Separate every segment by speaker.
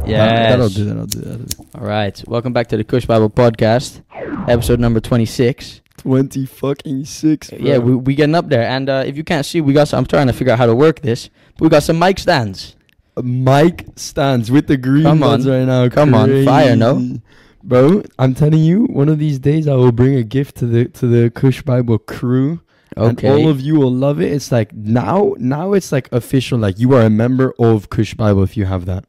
Speaker 1: That-
Speaker 2: Yes.
Speaker 1: That'll do. That'll do. That'll do.
Speaker 2: All right. Welcome back to the Kush Bible Podcast, episode number 26.
Speaker 1: Twenty fucking six.
Speaker 2: Yeah, we we getting up there. And uh, if you can't see, we got some, I'm trying to figure out how to work this. But we got some mic stands.
Speaker 1: Mike stands with the green
Speaker 2: Come
Speaker 1: ones
Speaker 2: on.
Speaker 1: right now.
Speaker 2: Come on, fire, no?
Speaker 1: Crazy. bro. I'm telling you, one of these days I will bring a gift to the to the Kush Bible crew.
Speaker 2: Okay.
Speaker 1: And all of you will love it. It's like now, now it's like official. Like you are a member of Kush Bible if you have that.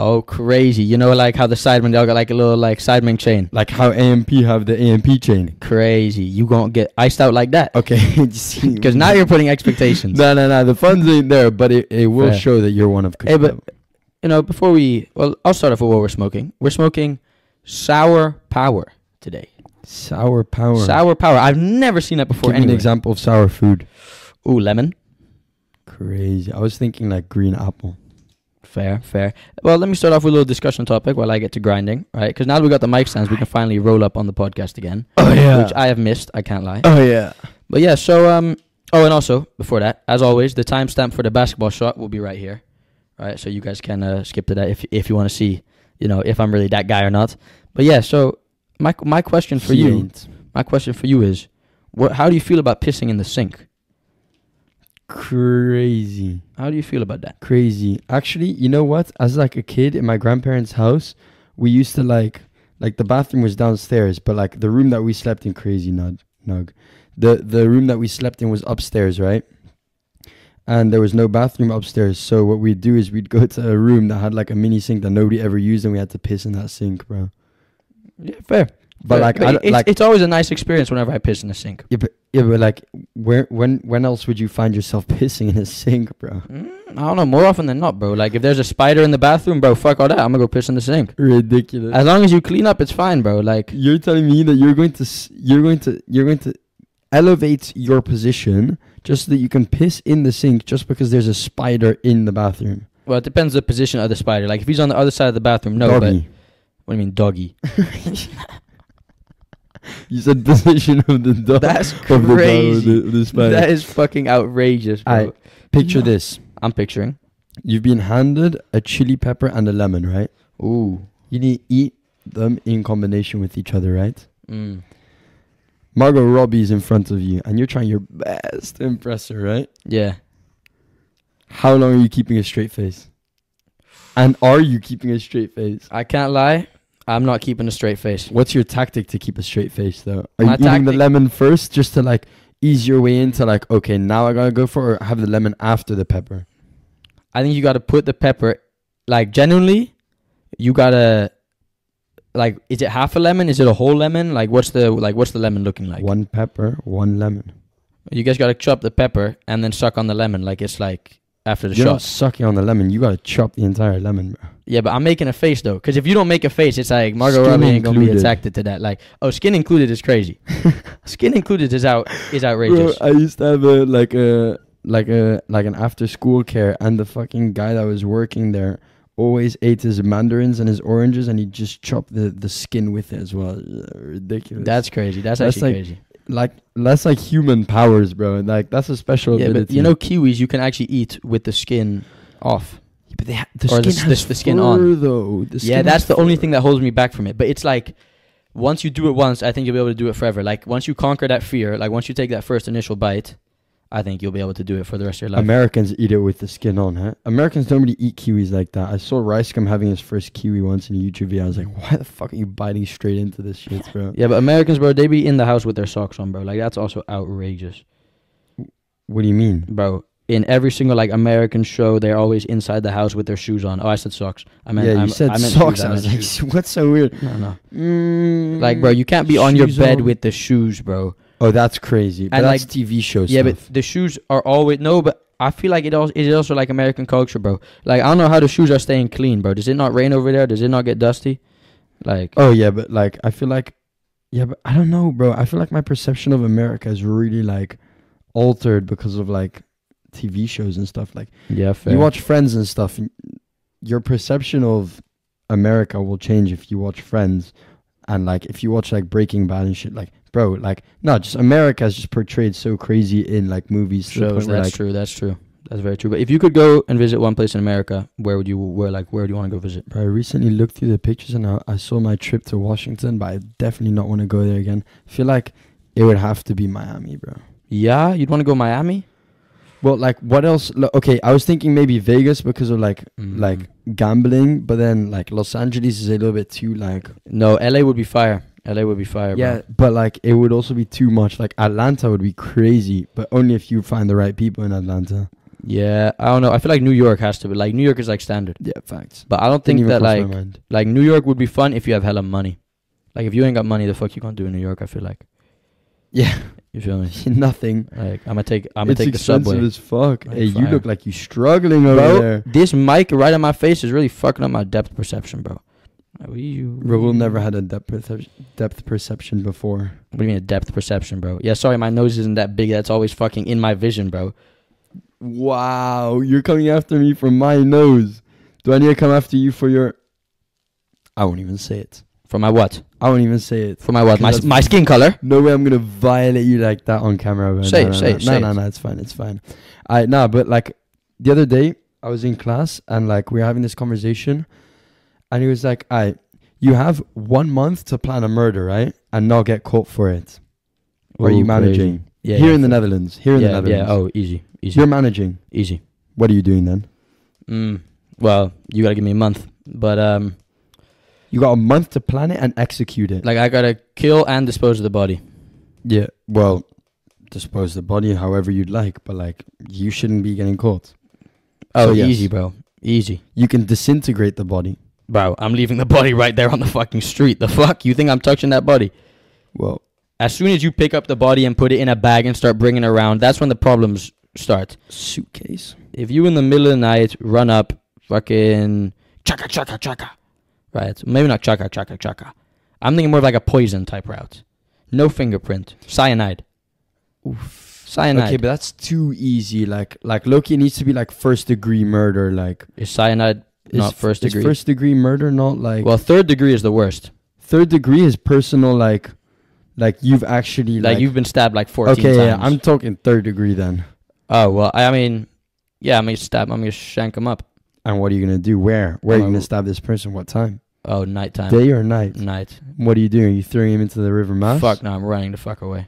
Speaker 2: oh, crazy. You know, like how the Sidemen, they all got like a little like Sidemen chain.
Speaker 1: Like how AMP have the AMP chain.
Speaker 2: Crazy. You gonna get iced out like that.
Speaker 1: Okay,
Speaker 2: Because now you're putting expectations.
Speaker 1: no, no, no. The funds ain't there, but it, it will
Speaker 2: Fair.
Speaker 1: show that you're one of. Kush
Speaker 2: Hey, but-
Speaker 1: Bible.
Speaker 2: you know, before we, well, I'll start off with what we're smoking. We're smoking Sour Power today.
Speaker 1: sour power.
Speaker 2: Sour Power. I've never seen that before.
Speaker 1: Give me an
Speaker 2: anywhere.
Speaker 1: example of sour food.
Speaker 2: Ooh, lemon.
Speaker 1: Crazy. I was thinking like green apple.
Speaker 2: Fair, fair. Well, let me start off with a little discussion topic while I get to grinding, right? Because now that we got the mic stands, we can finally roll up on the podcast again,
Speaker 1: Oh
Speaker 2: which I have missed. I can't lie.
Speaker 1: oh yeah.
Speaker 2: But yeah, so um, oh, and also before that, as always, the timestamp for the basketball shot will be right here, right? So you guys can uh, skip to that if if you want to see, you know, if I'm really that guy or not. But yeah, so my my question for you, my question for you is, what? How do you feel about pissing in the sink?
Speaker 1: Crazy.
Speaker 2: How do you feel about that?
Speaker 1: Crazy. Actually, you know what? As like a kid in my grandparents' house, we used to like like the bathroom was downstairs, but like the room that we slept in, crazy nug nug. The the room that we slept in was upstairs, right? And there was no bathroom upstairs, so what we'd do is we'd go to a room that had like a mini sink that nobody ever used, and we had to piss in that sink, bro.
Speaker 2: Yeah, fair.
Speaker 1: But like, I, don't-
Speaker 2: it's,
Speaker 1: like
Speaker 2: it's always a nice experience whenever I piss in the sink.
Speaker 1: Yeah, but yeah, but like, where when when else would you find yourself pissing in a sink, bro?
Speaker 2: Mm, I don't know. More often than not, bro. Like if there's a spider in the bathroom, bro, fuck all that. I'm gonna go piss in the sink.
Speaker 1: Ridiculous.
Speaker 2: As long as you clean up, it's fine, bro. Like
Speaker 1: you're telling me that you're going to s- you're going to you're going to elevate your position just so that you can piss in the sink just because there's a spider in the bathroom.
Speaker 2: well, it depends the position of the spider. Like if he's on the other side of the bathroom, no. But
Speaker 1: Doggy.
Speaker 2: what do you mean, doggy?
Speaker 1: you said position of the dog.
Speaker 2: That's
Speaker 1: of the dog, of
Speaker 2: crazy.
Speaker 1: the, of the spider.
Speaker 2: That is fucking outrageous, bro.
Speaker 1: Aight. Picture
Speaker 2: No.
Speaker 1: this:
Speaker 2: I'm picturing.
Speaker 1: you've been handed a chili pepper and a lemon, right?
Speaker 2: Ooh.
Speaker 1: You need to eat them in combination with each other, right?
Speaker 2: Mm.
Speaker 1: Margot Robbie's in front of you and you're trying your best to impress her, right?
Speaker 2: Yeah.
Speaker 1: How long are you keeping a straight face? And are you keeping a straight face?
Speaker 2: I can't lie. I'm not keeping a straight face.
Speaker 1: What's your tactic to keep a straight face though?
Speaker 2: My
Speaker 1: Are you eating the
Speaker 2: tactic-
Speaker 1: lemon first just to like ease your way into like, okay, now I gotta go for or have the lemon after the pepper?
Speaker 2: I think you got to put the pepper, like genuinely, you gotta, like, is it half a lemon? Is it a whole lemon? Like, what's the like, what's the lemon looking like?
Speaker 1: one pepper, one lemon.
Speaker 2: You guys gotta chop the pepper and then suck on the lemon, like it's like after the
Speaker 1: You're not
Speaker 2: shot.
Speaker 1: sucking on the lemon, you gotta chop the entire lemon, bro.
Speaker 2: Yeah, but I'm making a face though, because if you don't make a face, it's like Margot
Speaker 1: Skin
Speaker 2: Robbie ain't gonna be
Speaker 1: included.
Speaker 2: attracted to that. Like, oh, skin included is crazy. skin included is out is outrageous.
Speaker 1: Bro, I used to have a like a like a like an after school care, and the fucking guy that was working there always ate his mandarins and his oranges, and he just chopped the the skin with it as well. Ridiculous.
Speaker 2: that's crazy. That's,
Speaker 1: That's
Speaker 2: actually
Speaker 1: like
Speaker 2: crazy.
Speaker 1: like that's like human powers, bro. Like that's a special
Speaker 2: Yeah,
Speaker 1: ability.
Speaker 2: but you know, kiwis you can actually eat with the skin off.
Speaker 1: but they ha- the
Speaker 2: or the
Speaker 1: skin
Speaker 2: s-
Speaker 1: has
Speaker 2: the skin
Speaker 1: fur,
Speaker 2: on.
Speaker 1: though. The
Speaker 2: yeah,
Speaker 1: skin
Speaker 2: that's
Speaker 1: has
Speaker 2: the only
Speaker 1: fur.
Speaker 2: thing that holds me back from it. But it's like once you do it once, I think you'll be able to do it forever. Like once you conquer that fear, like once you take that first initial bite, I think you'll be able to do it for the rest of your life.
Speaker 1: Americans eat it with the skin on, huh? Americans don't really eat kiwis like that. I saw Rice Gum having his first kiwi once in a YouTube video. I was like, why the fuck are you biting straight into this shit, bro?
Speaker 2: yeah, but Americans, bro, they be in the house with their socks on, bro. Like that's also outrageous,
Speaker 1: What do you mean?
Speaker 2: bro. In every single like American show, they're always inside the house with their shoes on. Oh, I said socks. I meant
Speaker 1: yeah, you
Speaker 2: I'm-
Speaker 1: said
Speaker 2: I meant
Speaker 1: socks.
Speaker 2: shoes,
Speaker 1: I
Speaker 2: meant
Speaker 1: was like,
Speaker 2: shoes.
Speaker 1: what's so weird?
Speaker 2: no, no.
Speaker 1: Mm,
Speaker 2: Like, bro, you can't be on your
Speaker 1: shoes
Speaker 2: bed
Speaker 1: on.
Speaker 2: with the shoes, bro.
Speaker 1: Oh, that's crazy. But
Speaker 2: And,
Speaker 1: that's
Speaker 2: like-
Speaker 1: TV show
Speaker 2: Yeah,
Speaker 1: stuff.
Speaker 2: but the shoes are always no. But I feel like it also it is also like American culture, bro. Like I don't know how the shoes are staying clean, bro. Does it not rain over there? Does it not get dusty? Like
Speaker 1: oh yeah, but like I feel like, yeah, but I don't know, bro. I feel like my perception of America is really like altered because of like TV shows and stuff. Like
Speaker 2: yeah, fair.
Speaker 1: you watch Friends and stuff, and your perception of America will change if you watch Friends, and like if you watch like Breaking Bad and shit. Like, bro, like no, just America is just portrayed so crazy in like movies. to the
Speaker 2: shows.
Speaker 1: point where,
Speaker 2: That's
Speaker 1: like,
Speaker 2: true. That's true. That's very true. But if you could go and visit one place in America, where would you where like where do you want to go visit?
Speaker 1: Bro, I recently looked through the pictures and I, I saw my trip to Washington, but I definitely not want to go there again. I feel like it would have to be Miami, bro.
Speaker 2: Yeah, you'd want to go Miami.
Speaker 1: Well, like what else? Lo- Okay, I was thinking maybe Vegas because of like
Speaker 2: Mm-hmm.
Speaker 1: like gambling, but then like Los Angeles is a little bit too like
Speaker 2: no, LA would be fire. LA would be fire. bro.
Speaker 1: yeah, but like it would also be too much. Like Atlanta would be crazy, but only if you find the right people in Atlanta.
Speaker 2: yeah. I don't know. I feel like New York has to be like New York is like standard,
Speaker 1: Yeah, facts.
Speaker 2: but I don't
Speaker 1: Didn't
Speaker 2: think
Speaker 1: even
Speaker 2: that
Speaker 1: cross my
Speaker 2: like
Speaker 1: mind.
Speaker 2: like New York would be fun if you have hella money. Like if you ain't got money, the fuck you gonna do in New York? I feel like
Speaker 1: yeah,
Speaker 2: you feel me.
Speaker 1: nothing.
Speaker 2: Like I'm gonna take I'm gonna
Speaker 1: it's
Speaker 2: take the
Speaker 1: expensive
Speaker 2: subway.
Speaker 1: as fuck.
Speaker 2: Like
Speaker 1: hey, you
Speaker 2: fire.
Speaker 1: look like you struggling over
Speaker 2: Bro,
Speaker 1: there.
Speaker 2: This mic right in my face is really fucking up my depth perception, bro. Like, we- you-
Speaker 1: Raul never had a depth perception, depth perception before.
Speaker 2: What do you mean a depth perception, bro? Yeah, sorry, my nose isn't that big. That's always fucking in my vision, bro.
Speaker 1: Wow, you're coming after me from my nose. Do I need to come after you for your? I won't even say it.
Speaker 2: For my what?
Speaker 1: I won't even say it.
Speaker 2: For my what? My,
Speaker 1: Because
Speaker 2: my skin color.
Speaker 1: No way I'm gonna violate you like that on camera. Bro.
Speaker 2: Say
Speaker 1: no,
Speaker 2: it,
Speaker 1: no,
Speaker 2: say
Speaker 1: no.
Speaker 2: it,
Speaker 1: no,
Speaker 2: say
Speaker 1: no,
Speaker 2: it.
Speaker 1: no, it's fine, it's fine. I nah, but like the other day I was in class and like we were having this conversation, and he was like, "I, you have one month to plan a murder, right, and not get caught for it. Or are you
Speaker 2: Ooh,
Speaker 1: managing
Speaker 2: crazy. Yeah.
Speaker 1: here
Speaker 2: yeah,
Speaker 1: in the
Speaker 2: for-
Speaker 1: Netherlands? Here in
Speaker 2: yeah,
Speaker 1: the
Speaker 2: Yeah.
Speaker 1: Netherlands.
Speaker 2: Oh, easy, easy,
Speaker 1: you're managing.
Speaker 2: easy.
Speaker 1: What are you doing then?
Speaker 2: Mm. Well, you gotta give me a month, but um,
Speaker 1: You got a month to plan it and execute it.
Speaker 2: like I gotta kill and dispose of the body.
Speaker 1: Yeah, well, dispose the body however you'd like, but like you shouldn't be getting caught.
Speaker 2: Oh,
Speaker 1: So, yes.
Speaker 2: easy, bro. Easy,
Speaker 1: You can disintegrate the body.
Speaker 2: bro. I'm leaving the body right there on the fucking street. The fuck? You think I'm touching that body?
Speaker 1: Well,
Speaker 2: As soon as you pick up the body and put it in a bag and start bringing it around, that's when the problems start.
Speaker 1: suitcase.
Speaker 2: if you in the middle of the night run up fucking chaka chaka chaka, right? Maybe not chaka chaka chaka. I'm thinking more of like a poison type route. No fingerprint, cyanide. Oof. Cyanide.
Speaker 1: Okay, but that's too easy. Like, like Loki needs to be like first degree murder. Like,
Speaker 2: is cyanide not first
Speaker 1: is
Speaker 2: degree?
Speaker 1: first degree murder not like?
Speaker 2: well, third degree is the worst.
Speaker 1: third degree is personal. Like, like you've actually
Speaker 2: Like,
Speaker 1: like,
Speaker 2: you've been stabbed like 14 times.
Speaker 1: Okay, yeah, I'm talking third degree then.
Speaker 2: oh well, I, I mean, yeah, I'm gonna stab. I'm gonna shank him up.
Speaker 1: And what are you gonna do? Where? Where are you
Speaker 2: Well,
Speaker 1: gonna stab this person? What time?
Speaker 2: Oh, nighttime.
Speaker 1: Day or night?
Speaker 2: Night.
Speaker 1: What are you doing? Are you throwing him into the river mouth?
Speaker 2: Mm. Fuck no, I'm running the fuck away.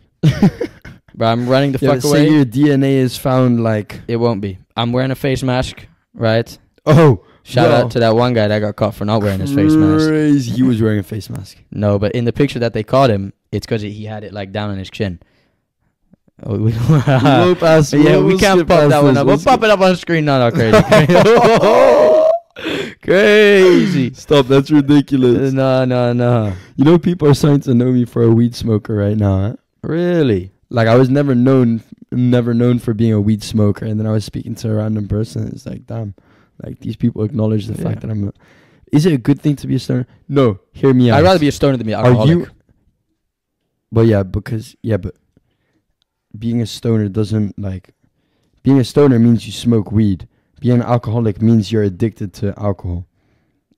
Speaker 2: Bro, I'm running the
Speaker 1: Yeah,
Speaker 2: fuck
Speaker 1: but
Speaker 2: away.
Speaker 1: Say your DNA is found like
Speaker 2: It won't be. I'm wearing a face mask, right?
Speaker 1: oh
Speaker 2: Shout
Speaker 1: Yo.
Speaker 2: out to that one guy that got caught for not wearing his face mask.
Speaker 1: crazy. He was wearing a face mask.
Speaker 2: No, but in the picture that they caught him, it's because he had it like down on his chin. Oh, we
Speaker 1: Loop us,
Speaker 2: yeah,
Speaker 1: we'll-
Speaker 2: we
Speaker 1: we'll
Speaker 2: can't
Speaker 1: skip
Speaker 2: pop
Speaker 1: past
Speaker 2: that one
Speaker 1: this,
Speaker 2: up.
Speaker 1: we'll
Speaker 2: We'll pop it up on screen. No, no, crazy. crazy.
Speaker 1: Stop, that's ridiculous.
Speaker 2: No, no, no.
Speaker 1: You know, people are starting to know me for a weed smoker right now. Huh?
Speaker 2: Really?
Speaker 1: Like I was never known, never known for being a weed smoker, and then I was speaking to a random person. It's like, damn, like these people acknowledge the
Speaker 2: Yeah.
Speaker 1: fact that I'm. A, is it a good thing to be a stoner? No, hear me out.
Speaker 2: I'd rather be a stoner than be an
Speaker 1: Are
Speaker 2: alcoholic.
Speaker 1: you? But yeah, because yeah, but being a stoner doesn't like being a stoner means you smoke weed. Being an alcoholic means you're addicted to alcohol.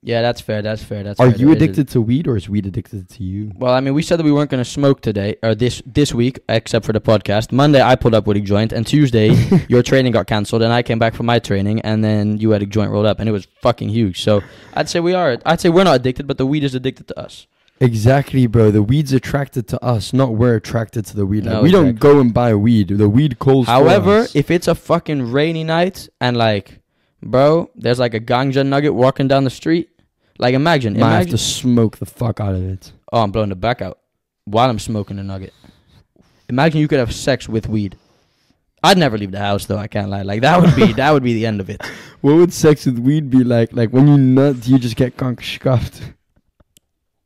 Speaker 2: Yeah, that's fair. That's fair. That's
Speaker 1: Are
Speaker 2: fair.
Speaker 1: you
Speaker 2: There is a-
Speaker 1: addicted to weed, or is weed addicted to you?
Speaker 2: Well, I mean, we said that we weren't going to smoke today or this this week, except for the podcast. Monday, I pulled up with a joint, and Tuesday, your training got cancelled, and I came back from my training, and then you had a joint rolled up, and it was fucking huge. So I'd say we are. I'd say we're not addicted, but the weed is addicted to us.
Speaker 1: Exactly, bro. The weed's attracted to us, not we're attracted to the weed. Like,
Speaker 2: No,
Speaker 1: we don't go and buy weed. The weed calls. for
Speaker 2: However,
Speaker 1: us.
Speaker 2: if it's a fucking rainy night and like, bro, there's like a ganja nugget walking down the street. Like, imagine,
Speaker 1: Man, I have
Speaker 2: imagine.
Speaker 1: to smoke the fuck out of it.
Speaker 2: oh, I'm blowing the back out while I'm smoking a nugget. Imagine you could have sex with weed. I'd never leave the house though. I can't lie. Like that would be that would be the end of it.
Speaker 1: What would sex with weed be like? Like when you nut, do you just get conk scuffed.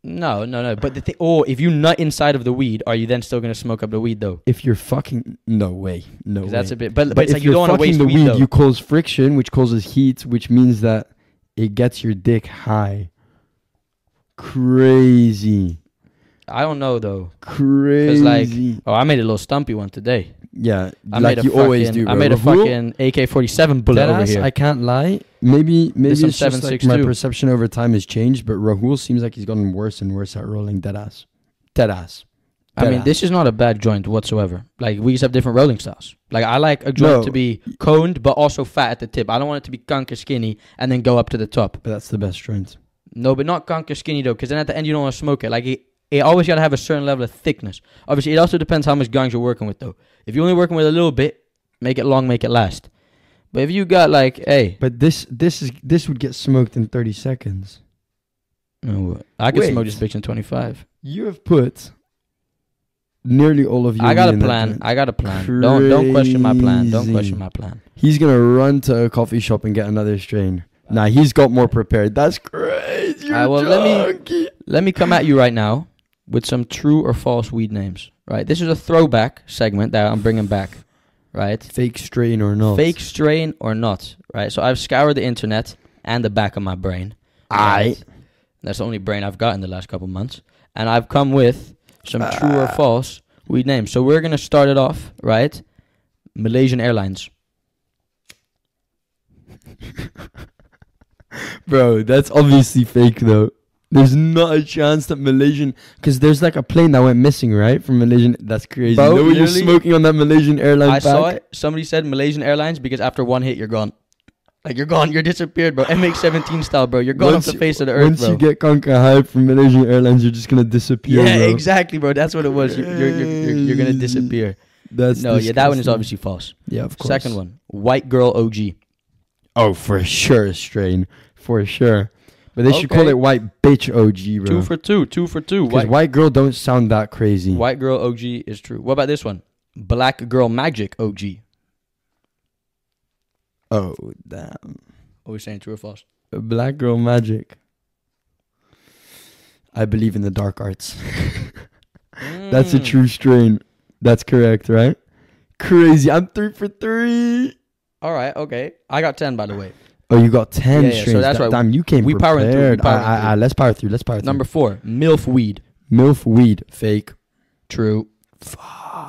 Speaker 2: No, no, no. But the thing, or if you nut inside of the weed, are you then still gonna smoke up the weed though?
Speaker 1: If you're fucking, no way, no.
Speaker 2: 'Cause
Speaker 1: Way.
Speaker 2: that's a bit. But, but,
Speaker 1: but
Speaker 2: it's
Speaker 1: if
Speaker 2: like you
Speaker 1: you're
Speaker 2: don't want to
Speaker 1: fucking
Speaker 2: waste
Speaker 1: the
Speaker 2: weed,
Speaker 1: weed,
Speaker 2: though.
Speaker 1: you cause friction, which causes heat, which means that it gets your dick high. Crazy,
Speaker 2: I don't know though.
Speaker 1: crazy.
Speaker 2: like, Oh, I made a little stumpy one today.
Speaker 1: yeah,
Speaker 2: I made
Speaker 1: like
Speaker 2: a
Speaker 1: you
Speaker 2: fucking,
Speaker 1: always do.
Speaker 2: I
Speaker 1: bro.
Speaker 2: made a
Speaker 1: But who-
Speaker 2: fucking AK forty seven bullet
Speaker 1: Deadass,
Speaker 2: over here.
Speaker 1: I can't lie. Maybe maybe
Speaker 2: some
Speaker 1: it's just like
Speaker 2: 7.62.
Speaker 1: my perception over time has changed, but Rahul seems like he's gotten worse and worse at rolling deadass. Deadass.
Speaker 2: I mean,
Speaker 1: Better.
Speaker 2: this is not a bad joint whatsoever. Like we just have different rolling styles. Like I like a joint
Speaker 1: No.
Speaker 2: to be coned but also fat at the tip. I don't want it to be conker skinny and then go up to the top.
Speaker 1: But that's the best joint.
Speaker 2: No, but not conker skinny though, because then at the end you don't want to smoke it. Like it, it always got to have a certain level of thickness. Obviously, it also depends how much gangs you're working with though. If you're only working with a little bit, make it long, make it last. But if you got like, hey,
Speaker 1: But this this is this would get smoked in 30 seconds.
Speaker 2: no, I could
Speaker 1: Wait.
Speaker 2: smoke this bitch in 25.
Speaker 1: You have put nearly all of you.
Speaker 2: I got a plan. I got a plan. Don't don't question my plan. Don't question
Speaker 1: Crazy.
Speaker 2: my plan.
Speaker 1: he's gonna run to a coffee shop and get another strain. Nah, he's got more prepared. That's crazy.
Speaker 2: Alright, well, let me- Let me come at you right now with some true or false weed names. Right, this is a throwback segment that I'm bringing back. Right,
Speaker 1: fake strain or not.
Speaker 2: fake strain or not. Right, so I've scoured the internet and the back of my brain.
Speaker 1: I
Speaker 2: Right? That's the only brain I've got in the last couple months, and I've come with some true or
Speaker 1: Ah.
Speaker 2: false weed names. So we're gonna start it off right. Malaysian Airlines.
Speaker 1: bro, that's obviously fake though. There's not a chance that Malaysian, because there's like a plane that went missing, right? From Malaysian. That's crazy.
Speaker 2: Bro,
Speaker 1: no, you're
Speaker 2: literally-
Speaker 1: smoking on that Malaysian airline.
Speaker 2: I saw
Speaker 1: pack.
Speaker 2: it. Somebody said Malaysian Airlines because after one hit, you're gone. Like you're gone. You're disappeared, bro. MH17 style, bro. You're gone
Speaker 1: Once
Speaker 2: off the
Speaker 1: you-
Speaker 2: face of the earth,
Speaker 1: Once
Speaker 2: bro.
Speaker 1: you get conker hype from Malaysian Airlines, you're just gonna disappear.
Speaker 2: yeah,
Speaker 1: bro.
Speaker 2: exactly, bro. That's what it was. You're, you're, you're, you're, you're gonna disappear.
Speaker 1: That's
Speaker 2: no, yeah, that one is
Speaker 1: disgusting.
Speaker 2: obviously false.
Speaker 1: Yeah, of course.
Speaker 2: Second one, white girl OG.
Speaker 1: Oh, for sure, a strain, for sure. But they should call
Speaker 2: Okay.
Speaker 1: it white bitch OG, bro.
Speaker 2: Two for two. Two for two.
Speaker 1: Because
Speaker 2: White,
Speaker 1: white, girl don't sound that crazy.
Speaker 2: white girl OG is true. What about this one? Black girl magic OG.
Speaker 1: Oh damn,
Speaker 2: What are we saying? True or false?
Speaker 1: black girl magic. I believe in the dark arts. That's a
Speaker 2: Mm.
Speaker 1: true strain. That's correct, right? Crazy. I'm three for three.
Speaker 2: All right. Okay. I got ten, by the way.
Speaker 1: Oh, you got ten
Speaker 2: Yeah, yeah, so
Speaker 1: strains.
Speaker 2: that's
Speaker 1: Da-
Speaker 2: why
Speaker 1: damn, you came
Speaker 2: we powering through, we
Speaker 1: prepared.
Speaker 2: powering
Speaker 1: Ah, ah,
Speaker 2: through.
Speaker 1: ah, let's power through. Let's power through.
Speaker 2: Number four, milf weed.
Speaker 1: milf weed fake.
Speaker 2: True.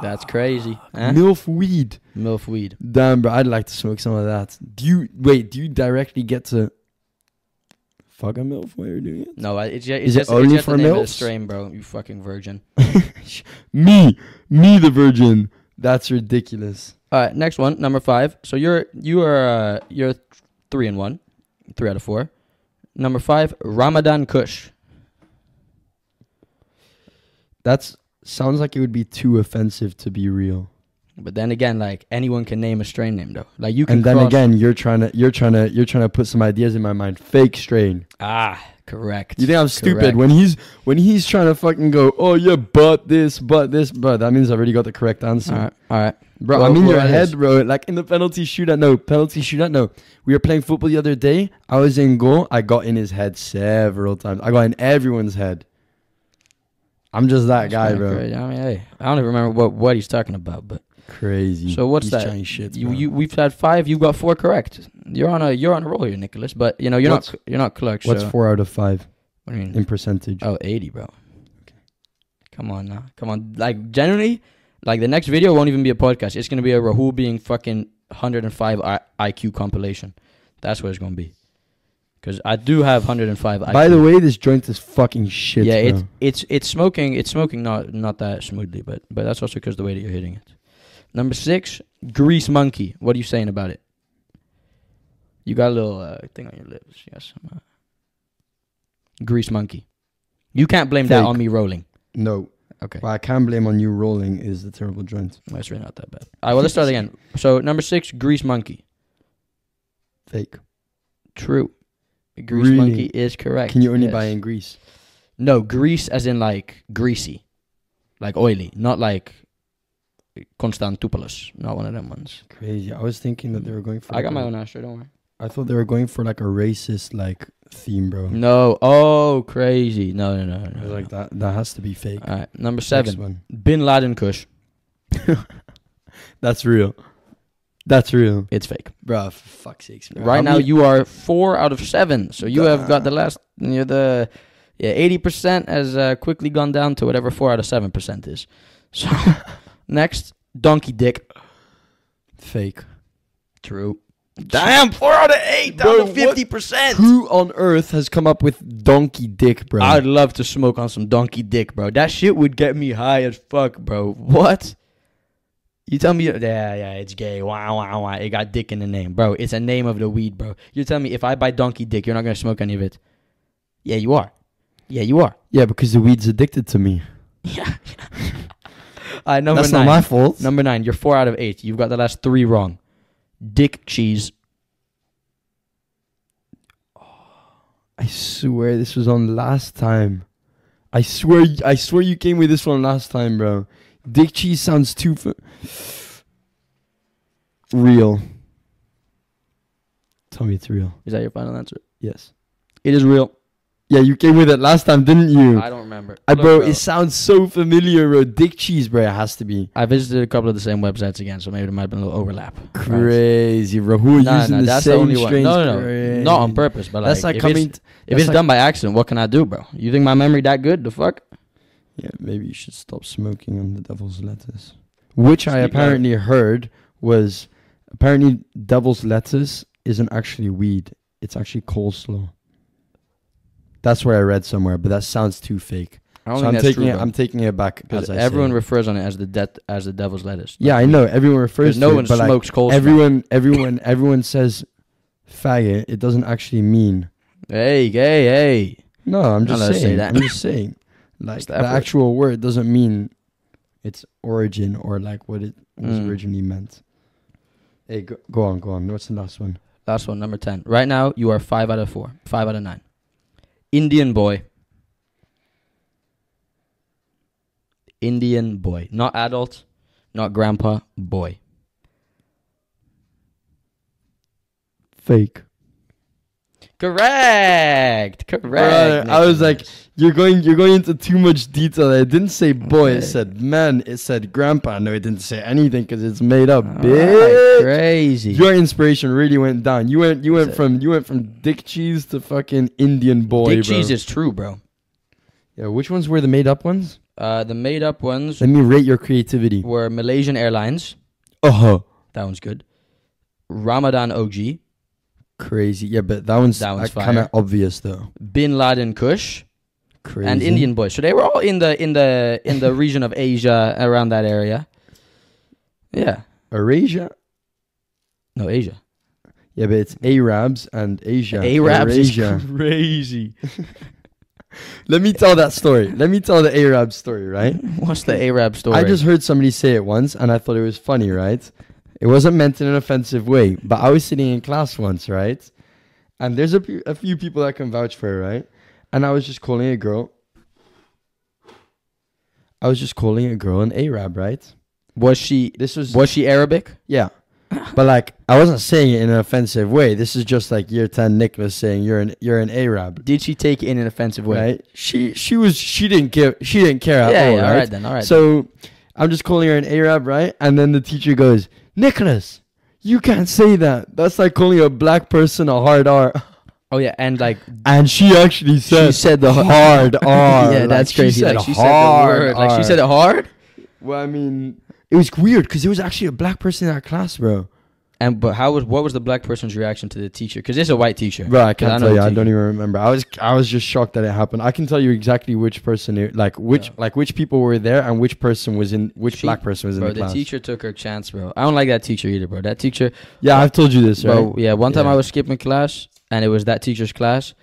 Speaker 2: That's eh? crazy. Huh?
Speaker 1: Ah, Milf weed.
Speaker 2: Milf weed.
Speaker 1: Damn, bro, I'd like to smoke some of that. Do you wait? Do you directly get to fuck a milf while you're doing it?
Speaker 2: No, I- it's, ju- it's
Speaker 1: Is it
Speaker 2: just,
Speaker 1: only
Speaker 2: it's just
Speaker 1: for
Speaker 2: the name of the
Speaker 1: milfs?
Speaker 2: strain, bro. You fucking virgin.
Speaker 1: Me, me, the virgin. That's ridiculous.
Speaker 2: All right, next one, number five. So you're you are uh, you're th- three and one, three out of four. Number five, Ramadan Kush.
Speaker 1: That's sounds like it would be too offensive to be real.
Speaker 2: But then again, like anyone can name a strain name though. Like you can.
Speaker 1: And then
Speaker 2: cross-
Speaker 1: again, you're trying to, you're trying to, you're trying to put some ideas in my mind. Fake strain.
Speaker 2: ah, correct.
Speaker 1: You think I'm stupid
Speaker 2: Correct.
Speaker 1: when he's when he's trying to fucking go? Oh yeah, but this, but this, but that means I already got the correct answer.
Speaker 2: All right, all right.
Speaker 1: Bro,
Speaker 2: Well,
Speaker 1: I'm in
Speaker 2: well,
Speaker 1: your
Speaker 2: it
Speaker 1: head,
Speaker 2: is.
Speaker 1: bro. Like in the penalty shootout. No, penalty shootout. No. We were playing football the other day. I was in goal. I got in his head several times. I got in everyone's head. I'm just
Speaker 2: That's
Speaker 1: that guy,
Speaker 2: kinda
Speaker 1: bro.
Speaker 2: crazy. I mean, hey, I don't even remember what what he's talking about, but
Speaker 1: Crazy.
Speaker 2: So what's
Speaker 1: He's
Speaker 2: that?
Speaker 1: trying shit,
Speaker 2: you,
Speaker 1: bro.
Speaker 2: you we've had five. You got four correct. You're on a you're on a roll here, Nicholas. But you know you're
Speaker 1: What's-
Speaker 2: not you're not clutch.
Speaker 1: what's
Speaker 2: so.
Speaker 1: four out of five
Speaker 2: What do you mean?
Speaker 1: in percentage?
Speaker 2: Oh, 80, bro. Come on now. Come on. Like, generally, like, the next video won't even be a podcast. It's going to be a Rahul being fucking 105 I- IQ compilation. That's what it's going to be. Because I do have 105 IQ.
Speaker 1: By the way, this joint is fucking shit.
Speaker 2: yeah,
Speaker 1: bro.
Speaker 2: it's it's it's smoking. It's smoking not not that smoothly, but but that's also because the way that you're hitting it. Number six, grease monkey. What are you saying about it? You got a little uh, thing on your lips. Yes, I'm, uh, grease monkey. You can't blame that
Speaker 1: Fake.
Speaker 2: on me rolling.
Speaker 1: no.
Speaker 2: Okay.
Speaker 1: What I can blame on you rolling is the terrible joint.
Speaker 2: No, it's really not that bad. All right, well, let's start again. So, number six, Grease Monkey.
Speaker 1: Fake.
Speaker 2: True. Grease
Speaker 1: Really?
Speaker 2: Monkey is correct.
Speaker 1: Can you only
Speaker 2: yes.
Speaker 1: buy in Greece?
Speaker 2: No, grease as in like greasy, like oily, not like Constantopoulos, not one of them ones.
Speaker 1: Crazy. I was thinking that they were going for.
Speaker 2: I
Speaker 1: like
Speaker 2: got my
Speaker 1: a-
Speaker 2: own astro, don't worry.
Speaker 1: I thought they were going for like a racist like theme, bro.
Speaker 2: No, oh, crazy. No, no, no, no.
Speaker 1: I
Speaker 2: no.
Speaker 1: was like, that that has to be fake.
Speaker 2: All right, number
Speaker 1: Next
Speaker 2: seven,
Speaker 1: one.
Speaker 2: Bin Laden Kush.
Speaker 1: That's real. That's real.
Speaker 2: It's fake.
Speaker 1: Bro, for fuck's sakes. bro.
Speaker 2: Right
Speaker 1: How
Speaker 2: now,
Speaker 1: many-
Speaker 2: you are four out of seven. So you have got the
Speaker 1: Damn.
Speaker 2: last, you're the, yeah, eighty percent has uh, quickly gone down to whatever four out of seven percent is. So next, donkey dick.
Speaker 1: fake.
Speaker 2: True. Damn, four out of eight,
Speaker 1: Bro,
Speaker 2: down to
Speaker 1: what-
Speaker 2: fifty percent.
Speaker 1: Who on earth has come up with donkey dick, bro?
Speaker 2: I'd love to smoke on some donkey dick, bro. That shit would get me high as fuck, bro. What? You tell me, yeah, yeah, it's gay. Wow, wow, wow. It got dick in the name, bro. It's a name of the weed, bro. You tell me if I buy donkey dick, you're not gonna smoke any of it. Yeah, you are. Yeah, you are.
Speaker 1: yeah, because the weed's addicted to me.
Speaker 2: Yeah. uh, number
Speaker 1: That's
Speaker 2: nine.
Speaker 1: not my fault.
Speaker 2: Number nine. You're four out of eight. You've got the last three wrong. Dick cheese.
Speaker 1: I swear this was on last time. I swear, I swear you came with this one last time, bro. Dick cheese sounds too fa- real. Tell me it's real.
Speaker 2: Is that your final answer?
Speaker 1: Yes.
Speaker 2: It is real.
Speaker 1: Yeah, you came with it last time, didn't you?
Speaker 2: I don't remember.
Speaker 1: I,
Speaker 2: Look,
Speaker 1: bro, it sounds so familiar, bro. Dick cheese, bro. It has to be
Speaker 2: I visited a couple of the same websites again, so maybe there might have been a little overlap. Right.
Speaker 1: crazy, bro. Who are
Speaker 2: No,
Speaker 1: using
Speaker 2: no,
Speaker 1: the
Speaker 2: that's the
Speaker 1: same
Speaker 2: only one.
Speaker 1: strange?
Speaker 2: No, no, no,
Speaker 1: crazy.
Speaker 2: not on purpose. But
Speaker 1: That's
Speaker 2: like,
Speaker 1: like
Speaker 2: if
Speaker 1: coming.
Speaker 2: it's,
Speaker 1: t-
Speaker 2: if
Speaker 1: that's
Speaker 2: it's
Speaker 1: like-
Speaker 2: done by accident, what can I do, bro? You think my memory that good? The fuck?
Speaker 1: Yeah, maybe you should stop smoking on the devil's lettuce. Which I
Speaker 2: Speak
Speaker 1: apparently heard was apparently devil's lettuce isn't actually weed. It's actually coleslaw. That's what I read somewhere, but that sounds too fake.
Speaker 2: I don't
Speaker 1: So
Speaker 2: think
Speaker 1: I'm
Speaker 2: that's
Speaker 1: taking
Speaker 2: true.
Speaker 1: it.
Speaker 2: bro.
Speaker 1: I'm taking it back
Speaker 2: because
Speaker 1: as I
Speaker 2: everyone
Speaker 1: say.
Speaker 2: refers on it as the de- as the devil's lettuce.
Speaker 1: yeah, I know. Everyone
Speaker 2: Because
Speaker 1: refers.
Speaker 2: no
Speaker 1: to
Speaker 2: one
Speaker 1: it, but like,
Speaker 2: smokes cold.
Speaker 1: everyone, everyone, everyone says faggot. It doesn't actually mean.
Speaker 2: Hey, hey, hey!
Speaker 1: No, I'm
Speaker 2: Not
Speaker 1: just
Speaker 2: allowed to
Speaker 1: saying.
Speaker 2: say that.
Speaker 1: I'm just saying. Like
Speaker 2: the
Speaker 1: the,
Speaker 2: F word.
Speaker 1: actual word doesn't mean its origin or like what it was
Speaker 2: Mm.
Speaker 1: originally meant. Hey, go, go on, go on. What's the last one?
Speaker 2: Last one, number ten. Right now, you are five out of four, five out of nine. Indian boy. Indian boy, not adult, not grandpa, boy.
Speaker 1: Fake.
Speaker 2: Correct, correct.
Speaker 1: Brother, I was like,
Speaker 2: Nicholas.
Speaker 1: You're going. You're going into too much detail. I didn't say boy.
Speaker 2: Okay.
Speaker 1: It said man. It said grandpa. No, it didn't say anything because it's made up,
Speaker 2: All right,
Speaker 1: bitch.
Speaker 2: crazy.
Speaker 1: Your inspiration really went down. You went. You went
Speaker 2: Said-
Speaker 1: from. You went from dick cheese to fucking Indian boy.
Speaker 2: Dick
Speaker 1: bro.
Speaker 2: cheese is true, bro.
Speaker 1: Yeah. Which ones were the made up ones?
Speaker 2: Uh, the made up ones
Speaker 1: Let me rate your creativity.
Speaker 2: were Malaysian Airlines.
Speaker 1: Uh huh.
Speaker 2: That one's good. Ramadan OG,
Speaker 1: Crazy. Yeah, but that one's,
Speaker 2: That one's
Speaker 1: kind
Speaker 2: fire.
Speaker 1: of obvious though.
Speaker 2: Bin Laden Kush,
Speaker 1: Crazy.
Speaker 2: and Indian Boy. So they were all in the in the in the region of Asia around that area. Yeah.
Speaker 1: Eurasia.
Speaker 2: No, Asia.
Speaker 1: Yeah, but it's Arabs and Asia.
Speaker 2: Arabs is
Speaker 1: Eurasia.
Speaker 2: crazy.
Speaker 1: Let me tell that story. Let me tell the Arab story, right?
Speaker 2: What's the Arab story?
Speaker 1: I just heard somebody say it once and I thought it was funny, right? It wasn't meant in an offensive way, but I was sitting in class once, right? And there's a pe- a few people that can vouch for it, right? And I was just calling a girl. I was just calling a girl an Arab, right?
Speaker 2: was she
Speaker 1: This was
Speaker 2: was she Arabic?
Speaker 1: Yeah. But like I wasn't saying it in an offensive way. This is just like year ten Nicholas saying you're an you're an Arab.
Speaker 2: Did she take it in an offensive way?
Speaker 1: Right? She she was she didn't care she didn't care
Speaker 2: Yeah,
Speaker 1: at
Speaker 2: yeah,
Speaker 1: all,
Speaker 2: all right,
Speaker 1: right?
Speaker 2: then, all right.
Speaker 1: So I'm just calling her an Arab, right? And then the teacher goes, Nicholas, you can't say that. That's like calling a black person a hard R.
Speaker 2: oh yeah, and like
Speaker 1: And she actually said
Speaker 2: said the-
Speaker 1: hard R.
Speaker 2: yeah,
Speaker 1: Like,
Speaker 2: that's
Speaker 1: she
Speaker 2: crazy.
Speaker 1: said
Speaker 2: like she said
Speaker 1: hard
Speaker 2: the word. Like she
Speaker 1: R.
Speaker 2: said it hard.
Speaker 1: Well, I mean, it was weird because it was actually a black person in our class, bro.
Speaker 2: And but how was what was the black person's reaction to the teacher? Because it's a white teacher.
Speaker 1: Bro, I
Speaker 2: 'Cause
Speaker 1: can't
Speaker 2: know
Speaker 1: tell you.
Speaker 2: the
Speaker 1: I
Speaker 2: teacher.
Speaker 1: don't even remember. I was I was just shocked that it happened. I can tell you exactly which person, it, like which
Speaker 2: Yeah.
Speaker 1: like which people were there and which person was in which
Speaker 2: She-
Speaker 1: black person was in
Speaker 2: Bro,
Speaker 1: the
Speaker 2: the,
Speaker 1: class.
Speaker 2: teacher took her chance, bro. I don't like that teacher either, bro. That teacher,
Speaker 1: yeah, I've told you this, right?
Speaker 2: bro. Yeah, one time
Speaker 1: Yeah.
Speaker 2: I was skipping class, and it was that teacher's class,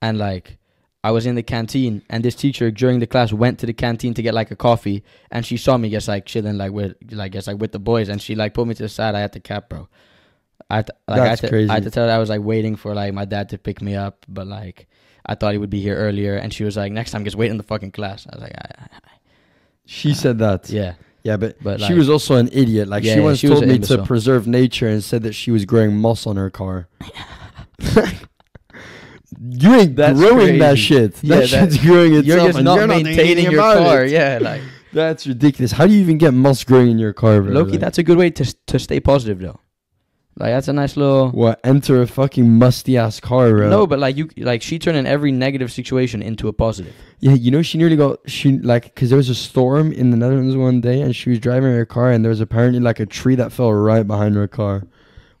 Speaker 2: and like I was in the canteen, and this teacher during the class went to the canteen to get like a coffee, and she saw me just like chilling, like with like just like with the boys, and she like pulled me to the side. I had to cap, bro. I had to, like, I had
Speaker 1: That's
Speaker 2: to,
Speaker 1: crazy.
Speaker 2: I had to tell her I was like waiting for like my dad to pick me up, but like I thought he would be here earlier, and she was like, "Next time, just wait in the fucking class." I was like, I, I-
Speaker 1: she said that. Yeah,
Speaker 2: "Yeah."
Speaker 1: but,
Speaker 2: But,
Speaker 1: she
Speaker 2: like-
Speaker 1: was also an idiot. Like
Speaker 2: Yeah,
Speaker 1: she
Speaker 2: yeah,
Speaker 1: once
Speaker 2: she was
Speaker 1: told
Speaker 2: an
Speaker 1: me
Speaker 2: imbecile.
Speaker 1: to preserve nature and said that she was growing moss on her car. you ain't
Speaker 2: That's
Speaker 1: growing that
Speaker 2: crazy.
Speaker 1: shit.
Speaker 2: Yeah,
Speaker 1: that,
Speaker 2: that-
Speaker 1: shit's growing itself.
Speaker 2: You're just
Speaker 1: and
Speaker 2: not
Speaker 1: you're doing
Speaker 2: maintaining
Speaker 1: anything
Speaker 2: your
Speaker 1: about
Speaker 2: car,
Speaker 1: it.
Speaker 2: yeah. Like
Speaker 1: That's ridiculous. How do you even get moss growing in your car, bro?
Speaker 2: Loki,
Speaker 1: Like-
Speaker 2: that's a good way to to stay positive though. Like that's a nice little
Speaker 1: What? Enter a fucking musty ass car, bro.
Speaker 2: no, but like you like she turned in every negative situation into a positive.
Speaker 1: Yeah, you know she nearly got she like because there was a storm in the Netherlands one day, and she was driving her car, and there was apparently like a tree that fell right behind her car,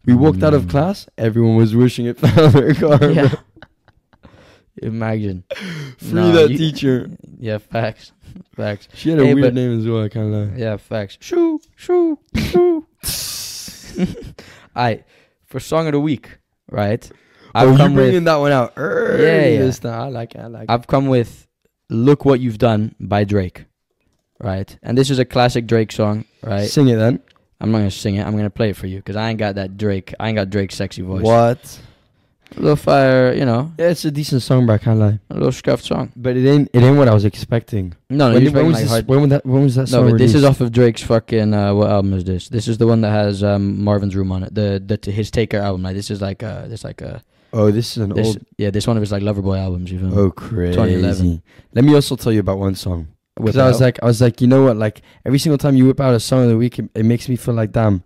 Speaker 1: We walked out of
Speaker 2: Mm.
Speaker 1: class. Everyone was wishing it fell on their car.
Speaker 2: Yeah.
Speaker 1: bro.
Speaker 2: Imagine.
Speaker 1: Free
Speaker 2: Nah,
Speaker 1: that
Speaker 2: you-
Speaker 1: teacher.
Speaker 2: Yeah, facts. Facts.
Speaker 1: She had a
Speaker 2: Hey,
Speaker 1: weird
Speaker 2: but-
Speaker 1: name as well. I can't lie.
Speaker 2: Yeah, facts. Shoo, shoo, shoo. I for song of the week, right?
Speaker 1: oh,
Speaker 2: I've
Speaker 1: you
Speaker 2: come
Speaker 1: bringing
Speaker 2: with
Speaker 1: that one out early
Speaker 2: yeah.
Speaker 1: this time. I like it. I like it.
Speaker 2: I've come with Look What You've Done by Drake. Right? And this is a classic Drake song, right?
Speaker 1: Sing it then.
Speaker 2: I'm not gonna sing it. I'm gonna play it for you because I ain't got that Drake. I ain't got Drake's sexy voice.
Speaker 1: What?
Speaker 2: A little fire, you know,
Speaker 1: Yeah, it's a decent song, bro. I can't lie.
Speaker 2: a little scuffed song.
Speaker 1: But it ain't. It ain't what I was expecting.
Speaker 2: No, no,
Speaker 1: when,
Speaker 2: you're
Speaker 1: did-
Speaker 2: expecting,
Speaker 1: when was
Speaker 2: like,
Speaker 1: this,
Speaker 2: hard-
Speaker 1: when was that? When was that
Speaker 2: no,
Speaker 1: song
Speaker 2: but this is
Speaker 1: released?
Speaker 2: off of Drake's fucking uh, what album is this? This is the one that has um, Marvin's Room on it. The the t- his Taker album. Like this is like uh this like uh
Speaker 1: Oh, this is an
Speaker 2: this
Speaker 1: old.
Speaker 2: yeah this one of his like Loverboy albums. You feel me?
Speaker 1: Oh, crazy.
Speaker 2: 2011.
Speaker 1: Let me also tell you about one song.
Speaker 2: Whip
Speaker 1: Because
Speaker 2: it
Speaker 1: I was
Speaker 2: out.
Speaker 1: like, I was like, you know what? Like every single time you whip out a song of the week, it, it makes me feel like, damn,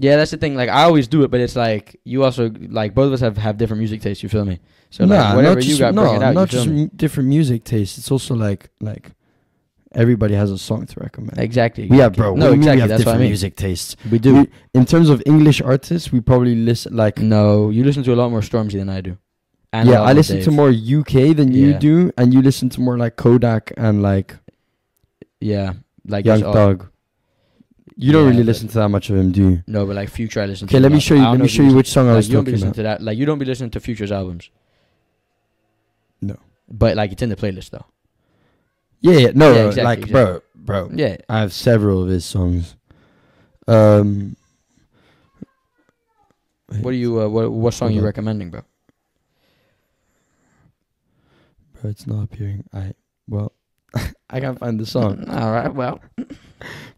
Speaker 2: yeah, that's the thing. Like I always do it, but it's like you also like both of us have have different music tastes. You feel me? So like whatever
Speaker 1: not
Speaker 2: you
Speaker 1: just,
Speaker 2: got,
Speaker 1: no,
Speaker 2: bring it out.
Speaker 1: not
Speaker 2: you feel
Speaker 1: just
Speaker 2: me?
Speaker 1: m- different music tastes. It's also like, like everybody has a song to recommend.
Speaker 2: exactly.
Speaker 1: yeah,
Speaker 2: exactly.
Speaker 1: bro.
Speaker 2: No,
Speaker 1: what do you mean
Speaker 2: exactly.
Speaker 1: We have
Speaker 2: that's what
Speaker 1: different
Speaker 2: I mean.
Speaker 1: music tastes.
Speaker 2: We do.
Speaker 1: We- in terms of English artists, we probably listen like.
Speaker 2: No, you listen to a lot more Stormzy than Mm, I do. a
Speaker 1: yeah,
Speaker 2: lot
Speaker 1: I listen to
Speaker 2: Dave.
Speaker 1: more UK than you
Speaker 2: Yeah.
Speaker 1: do, and you listen to more like Kodak and like
Speaker 2: Yeah, like
Speaker 1: Young
Speaker 2: just all-
Speaker 1: Thug. You don't
Speaker 2: Yeah,
Speaker 1: really
Speaker 2: but-
Speaker 1: listen to that much of him, do you?
Speaker 2: No, but like Future, I listen. to
Speaker 1: Okay,
Speaker 2: a
Speaker 1: let me
Speaker 2: lot.
Speaker 1: show
Speaker 2: I
Speaker 1: you.
Speaker 2: don't
Speaker 1: Let
Speaker 2: know
Speaker 1: me
Speaker 2: if
Speaker 1: show you which song I
Speaker 2: like,
Speaker 1: was
Speaker 2: you don't be
Speaker 1: talking
Speaker 2: listening
Speaker 1: about.
Speaker 2: to that. Like you don't be listening to Future's albums.
Speaker 1: No.
Speaker 2: But like it's in the playlist though.
Speaker 1: Yeah, yeah, no,
Speaker 2: Yeah, exactly,
Speaker 1: like bro, bro.
Speaker 2: Yeah.
Speaker 1: I have several of his songs. Um,
Speaker 2: What do you? Uh, what what song
Speaker 1: Hold
Speaker 2: you
Speaker 1: on.
Speaker 2: recommending, bro?
Speaker 1: Bro, it's not appearing. I well, I can't find the song.
Speaker 2: All right. Well.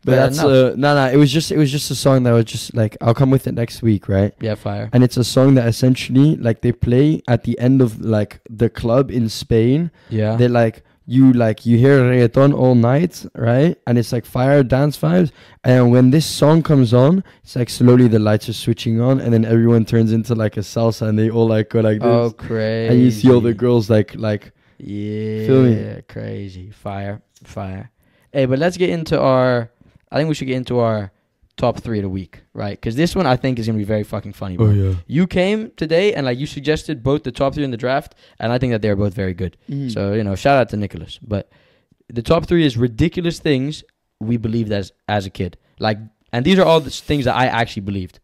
Speaker 1: But
Speaker 2: Fair
Speaker 1: that's
Speaker 2: enough.
Speaker 1: uh, no, no. It was just, it was just a song that was just like I'll come with it next week, right?
Speaker 2: Yeah. Fire.
Speaker 1: And it's a song that essentially like they play at the end of like the club in Spain,
Speaker 2: Yeah.
Speaker 1: they like you like you hear reggaeton all night, right? And it's like fire dance vibes. And when this song comes on, it's like slowly the lights are switching on, and then everyone turns into like a salsa, and they all like go like this.
Speaker 2: oh, crazy.
Speaker 1: and you see all the girls like like
Speaker 2: Yeah.
Speaker 1: Feel me?
Speaker 2: Crazy. Fire. Fire. Hey, but let's get into our. I think we should get into our top three of the week, right? Because this one I think is gonna be very fucking funny. Bro.
Speaker 1: Oh, yeah.
Speaker 2: You came today and like you suggested both the top three in the draft, and I think that they are both very good.
Speaker 1: Hmm. Mm.
Speaker 2: So you know, shout out to Nicholas. But the top three is ridiculous things we believed as as a kid. Like, and these are all the s- things that I actually believed.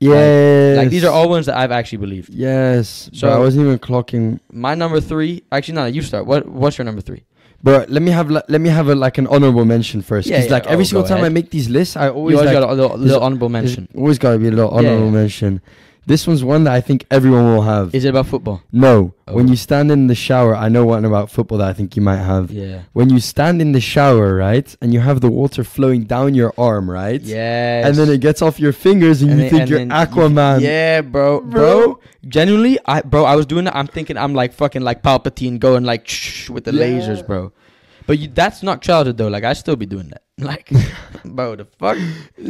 Speaker 1: yes,
Speaker 2: Like these are all ones that I've actually believed.
Speaker 1: yes. So
Speaker 2: So-
Speaker 1: I wasn't even clocking.
Speaker 2: My number three, actually, no, you start. What what's your number three?
Speaker 1: But let me have like, let me have a, like an honorable mention first,
Speaker 2: Yeah,
Speaker 1: because
Speaker 2: yeah.
Speaker 1: like every
Speaker 2: Oh,
Speaker 1: single
Speaker 2: go
Speaker 1: time I
Speaker 2: ahead.
Speaker 1: make these lists, I always,
Speaker 2: You always
Speaker 1: like,
Speaker 2: got a little,
Speaker 1: there's-
Speaker 2: little honorable
Speaker 1: there's
Speaker 2: mention.
Speaker 1: always got to be a little
Speaker 2: Yeah, yeah.
Speaker 1: honorable mention. This one's one that I think everyone will have.
Speaker 2: Is it about football?
Speaker 1: No. When
Speaker 2: Oh.
Speaker 1: you stand in the shower, I know one about football that I think you might have.
Speaker 2: Yeah.
Speaker 1: When you stand in the shower, right, and you have the water flowing down your arm, right?
Speaker 2: Yeah.
Speaker 1: And then it gets off your fingers, and, you think you're Aquaman.
Speaker 2: yeah, bro,
Speaker 1: Bro.
Speaker 2: bro, Genuinely, I bro, I was doing that. I'm thinking I'm like fucking like Palpatine going like shh with the
Speaker 1: Yeah.
Speaker 2: lasers, bro. But you, that's not childhood though. Like I still be doing that. Like, bro, the fuck.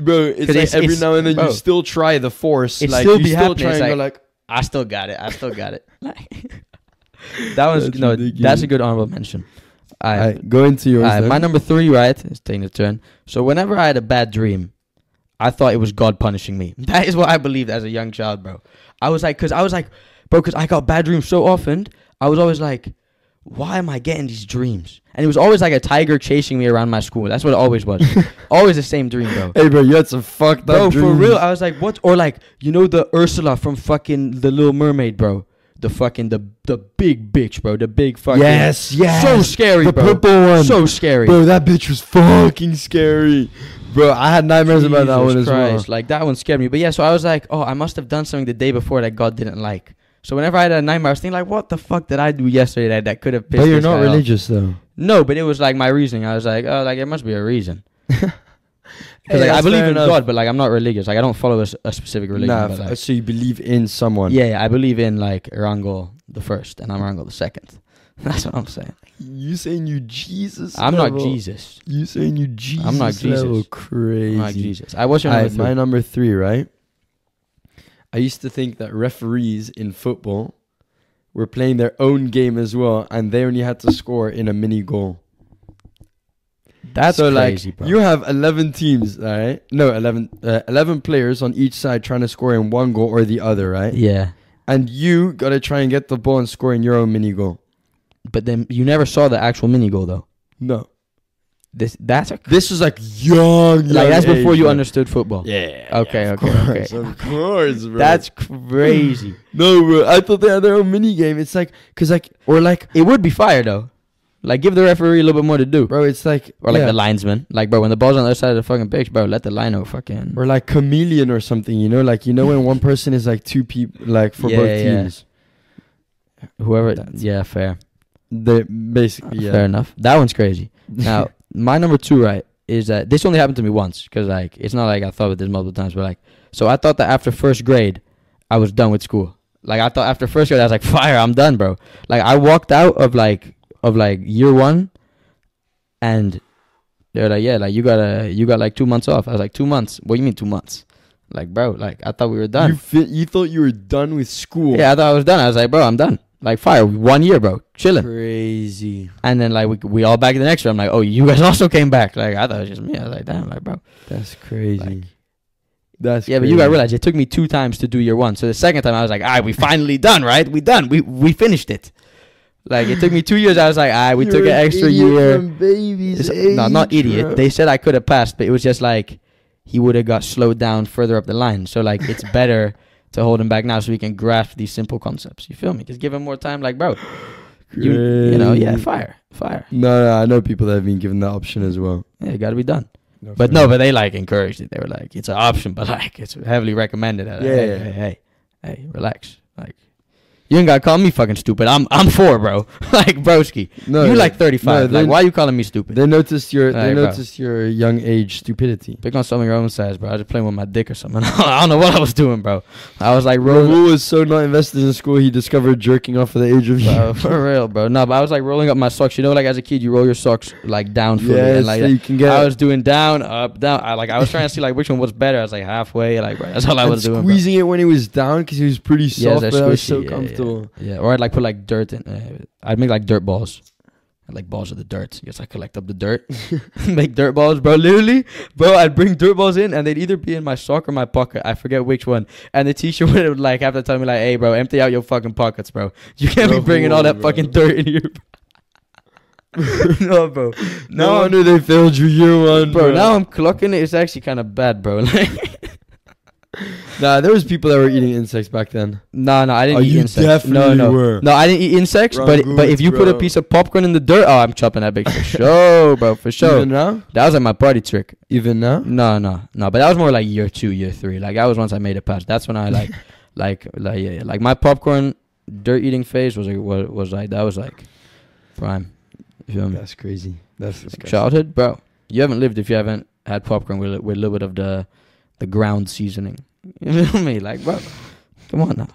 Speaker 1: bro. It's
Speaker 2: 'Cause
Speaker 1: like
Speaker 2: it's-
Speaker 1: every
Speaker 2: it's-
Speaker 1: now and then
Speaker 2: bro.
Speaker 1: you still try the force.
Speaker 2: It
Speaker 1: like,
Speaker 2: still
Speaker 1: you
Speaker 2: be
Speaker 1: still
Speaker 2: happening,
Speaker 1: try
Speaker 2: it's
Speaker 1: and go like,
Speaker 2: I still got it. I still got it. Like, that was
Speaker 1: That's
Speaker 2: no.
Speaker 1: ridiculous.
Speaker 2: That's a good honorable mention. I,
Speaker 1: Alright, go into yours.
Speaker 2: Alright,
Speaker 1: then.
Speaker 2: my number three, right? It's taking a turn. So whenever I had a bad dream, I thought it was God punishing me. That is what I believed as a young child, bro. I was like, cause I was like, bro, cause I got bad dreams so often. I was always like, why am I getting these dreams? And it was always like a tiger chasing me around my school. That's what it always was. always the same dream, bro.
Speaker 1: Hey, bro, you had some fucked up.
Speaker 2: Bro, for
Speaker 1: dreams.
Speaker 2: real, I was like, what? Or like, you know, the Ursula from fucking The Little Mermaid, bro. The fucking the the big bitch, bro. The big fucking
Speaker 1: yes, yes.
Speaker 2: so scary,
Speaker 1: The
Speaker 2: bro.
Speaker 1: purple one.
Speaker 2: So scary.
Speaker 1: bro, that bitch was fucking scary, bro. I had nightmares about that
Speaker 2: Jesus
Speaker 1: one as well.
Speaker 2: Christ, Like that one scared me. But yeah, so I was like, oh, I must have done something the day before that God didn't like. So whenever I had a nightmare, I was thinking like, what the fuck did I do yesterday that, that could have pissed
Speaker 1: But you're
Speaker 2: this
Speaker 1: not
Speaker 2: guy off?
Speaker 1: religious though.
Speaker 2: No, but it was like my reasoning. I was like, oh, like there must be a reason.
Speaker 1: Hey,
Speaker 2: Because like, I
Speaker 1: that's
Speaker 2: believe
Speaker 1: fair
Speaker 2: in
Speaker 1: enough.
Speaker 2: God, but like I'm not religious. Like I don't follow a, s- a specific religion.
Speaker 1: Nah,
Speaker 2: but,
Speaker 1: f-
Speaker 2: like,
Speaker 1: so you believe in someone.
Speaker 2: yeah, yeah, I believe in like Erangel the first and I'm Erangel the second. That's what I'm saying.
Speaker 1: You saying you Jesus?
Speaker 2: I'm not
Speaker 1: level.
Speaker 2: Jesus.
Speaker 1: You saying you Jesus?
Speaker 2: I'm not Jesus.
Speaker 1: level. Crazy.
Speaker 2: I'm not Jesus. I was your
Speaker 1: Alright,
Speaker 2: number three.
Speaker 1: my number three, right? I used to think that referees in football were playing their own game as well, and they only had to score in a mini goal.
Speaker 2: That's
Speaker 1: so
Speaker 2: crazy,
Speaker 1: like
Speaker 2: bro.
Speaker 1: you have 11 teams, all right? No, 11 uh, 11 players on each side trying to score in one goal or the other, right?
Speaker 2: yeah,
Speaker 1: And you got to try and get the ball and score in your own mini goal.
Speaker 2: but then you never saw the actual mini goal though.
Speaker 1: No.
Speaker 2: This that's a,
Speaker 1: This is like young,
Speaker 2: like that's
Speaker 1: young
Speaker 2: before
Speaker 1: age,
Speaker 2: you
Speaker 1: bro.
Speaker 2: understood football.
Speaker 1: Yeah.
Speaker 2: Okay,
Speaker 1: yeah, of
Speaker 2: okay,
Speaker 1: course,
Speaker 2: okay.
Speaker 1: Of course, bro.
Speaker 2: That's crazy.
Speaker 1: No, bro. I thought they had their own mini game. It's like cuz like or like
Speaker 2: it would be fire though. Like give the referee a little bit more to do,
Speaker 1: bro, it's like
Speaker 2: or like
Speaker 1: yeah,
Speaker 2: the linesman. Like bro, when the ball's on the other side of the fucking pitch, bro, let the lino fucking.
Speaker 1: or like chameleon or something, you know? Like you know when one person is like two people like for
Speaker 2: Yeah,
Speaker 1: both
Speaker 2: yeah, yeah.
Speaker 1: teams.
Speaker 2: Whoever,
Speaker 1: That's-
Speaker 2: yeah, fair,
Speaker 1: They basically yeah.
Speaker 2: fair enough. That one's crazy. Now, my number two, right, is that this only happened to me once because like it's not like I thought about this multiple times, but like so I thought that after first grade, I was done with school. Like I thought after first grade, I was like, fire, I'm done, bro. Like I walked out of like of like year one, and they're like, yeah, like you gotta you got like two months off. I was like, two months? What do you mean two months? Like bro, like I thought we were done.
Speaker 1: You fit, you thought you were done with school.
Speaker 2: yeah, I thought I was done. I was like, bro, I'm done. Like fire, one year, bro, chilling.
Speaker 1: Crazy.
Speaker 2: And then like we we all back the next year. I'm like, oh, you guys also came back. Like I thought it was just me. I was like, damn, like bro.
Speaker 1: That's crazy.
Speaker 2: Like-
Speaker 1: That's
Speaker 2: yeah, but you gotta realize it took me two times to do year one. So the second time I was like, all right, we finally done, right? We done. We we finished it. Like it took me two years. I was like, all right, we took an extra year.
Speaker 1: Babies,
Speaker 2: It's- No, not idiot. They said I could have passed, but it was just like he would have got slowed down further up the line. So like it's better to hold him back now so we can grasp these simple concepts. You feel me? Just give him more time. Like bro, you you know, yeah, fire, fire.
Speaker 1: No, no, I know people that have been given that option as well.
Speaker 2: Yeah, you gotta be done. But no, but they like encouraged it. They were like, it's an option, but like it's heavily recommended. Yeah, hey,
Speaker 1: Yeah.
Speaker 2: hey, hey, hey, relax. Like you ain't gotta call me fucking stupid. I'm I'm four, bro. like broski.
Speaker 1: no,
Speaker 2: you
Speaker 1: yeah.
Speaker 2: like thirty five.
Speaker 1: No,
Speaker 2: like
Speaker 1: they-
Speaker 2: why you calling me stupid?
Speaker 1: They noticed your they
Speaker 2: Hey, bro.
Speaker 1: noticed your young age stupidity.
Speaker 2: Pick on some of your own size, bro. I was just playing with my dick or something. I don't know what I was doing, bro. I was like rolling
Speaker 1: Raoul was so not invested in school he discovered jerking off at the age of
Speaker 2: bro, for real, bro. No, but I was like rolling up my socks. You know, like as a kid, you roll your socks like down fully
Speaker 1: yeah,
Speaker 2: and like
Speaker 1: so
Speaker 2: that.
Speaker 1: you can get
Speaker 2: I was doing down, up, down. I like I was trying to see like which one was better. I was like halfway, like bro, that's all I
Speaker 1: and
Speaker 2: was doing. bro.
Speaker 1: squeezing it when it was down because it was pretty
Speaker 2: Yeah,
Speaker 1: soft,
Speaker 2: they're
Speaker 1: but I was
Speaker 2: squishy,
Speaker 1: so
Speaker 2: yeah,
Speaker 1: comfortable.
Speaker 2: Yeah, or I'd like put like dirt in. Uh, I'd make like dirt balls, I'd, like balls of the dirt. Yes, I collect up the dirt, make dirt balls, bro. Literally, bro, I'd bring dirt balls in, and they'd either be in my sock or my pocket. I forget which one. And the teacher would like have to tell me like, "Hey, bro, empty out your fucking pockets, bro. You can't
Speaker 1: Bro,
Speaker 2: be bringing all that
Speaker 1: bro.
Speaker 2: fucking dirt in here." no, bro.
Speaker 1: No
Speaker 2: Now,
Speaker 1: wonder they failed you year one,
Speaker 2: I'm, bro. Now I'm clocking it. It's actually kind of bad, bro. Like,
Speaker 1: nah, there was people that were eating insects back then.
Speaker 2: no, no, I didn't
Speaker 1: Oh,
Speaker 2: eat
Speaker 1: you
Speaker 2: insects. no,
Speaker 1: definitely
Speaker 2: no,
Speaker 1: were.
Speaker 2: no, I didn't eat insects. but but
Speaker 1: Rangoons,
Speaker 2: if you put a
Speaker 1: bro.
Speaker 2: piece of popcorn in the dirt, oh, I'm chopping that big for sure, bro, for sure.
Speaker 1: even now,
Speaker 2: that was like my party trick.
Speaker 1: even now,
Speaker 2: No, no, no. But that was more like year two, year three. Like that was once I made a pass. That's when I like, like, like yeah, yeah. like my popcorn dirt eating phase was like was, was like that was like prime. You feel me?
Speaker 1: that's crazy. That's disgusting.
Speaker 2: Childhood, bro. You haven't lived if you haven't had popcorn with a- with a little bit of the the ground seasoning. You feel me? Like, bro, come on now.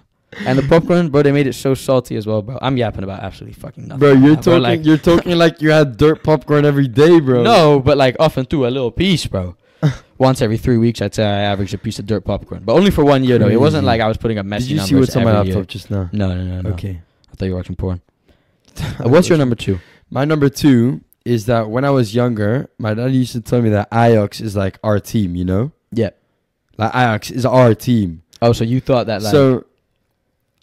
Speaker 2: And the popcorn, bro, they made it so salty as well, bro. I'm yapping about absolutely fucking nothing.
Speaker 1: Bro,
Speaker 2: right
Speaker 1: you're
Speaker 2: now,
Speaker 1: talking.
Speaker 2: like-
Speaker 1: you're talking like you had dirt popcorn every day, bro.
Speaker 2: No, but like often too, a little piece, bro. Once every three weeks, I'd say I averaged a piece of dirt popcorn, but only for one year though. It wasn't
Speaker 1: Crazy.
Speaker 2: like I was putting up
Speaker 1: Did
Speaker 2: messy
Speaker 1: you
Speaker 2: numbers
Speaker 1: see what's on my
Speaker 2: every
Speaker 1: laptop
Speaker 2: year.
Speaker 1: just now?
Speaker 2: No, no, no, no. Okay.
Speaker 1: Okay.
Speaker 2: I thought you were watching porn. Uh, What's your number two?
Speaker 1: My number two is that when I was younger, my dad used to tell me that Ajax is like our team. You know.
Speaker 2: Yeah.
Speaker 1: Like Ajax is our team.
Speaker 2: Oh, so you thought that like
Speaker 1: so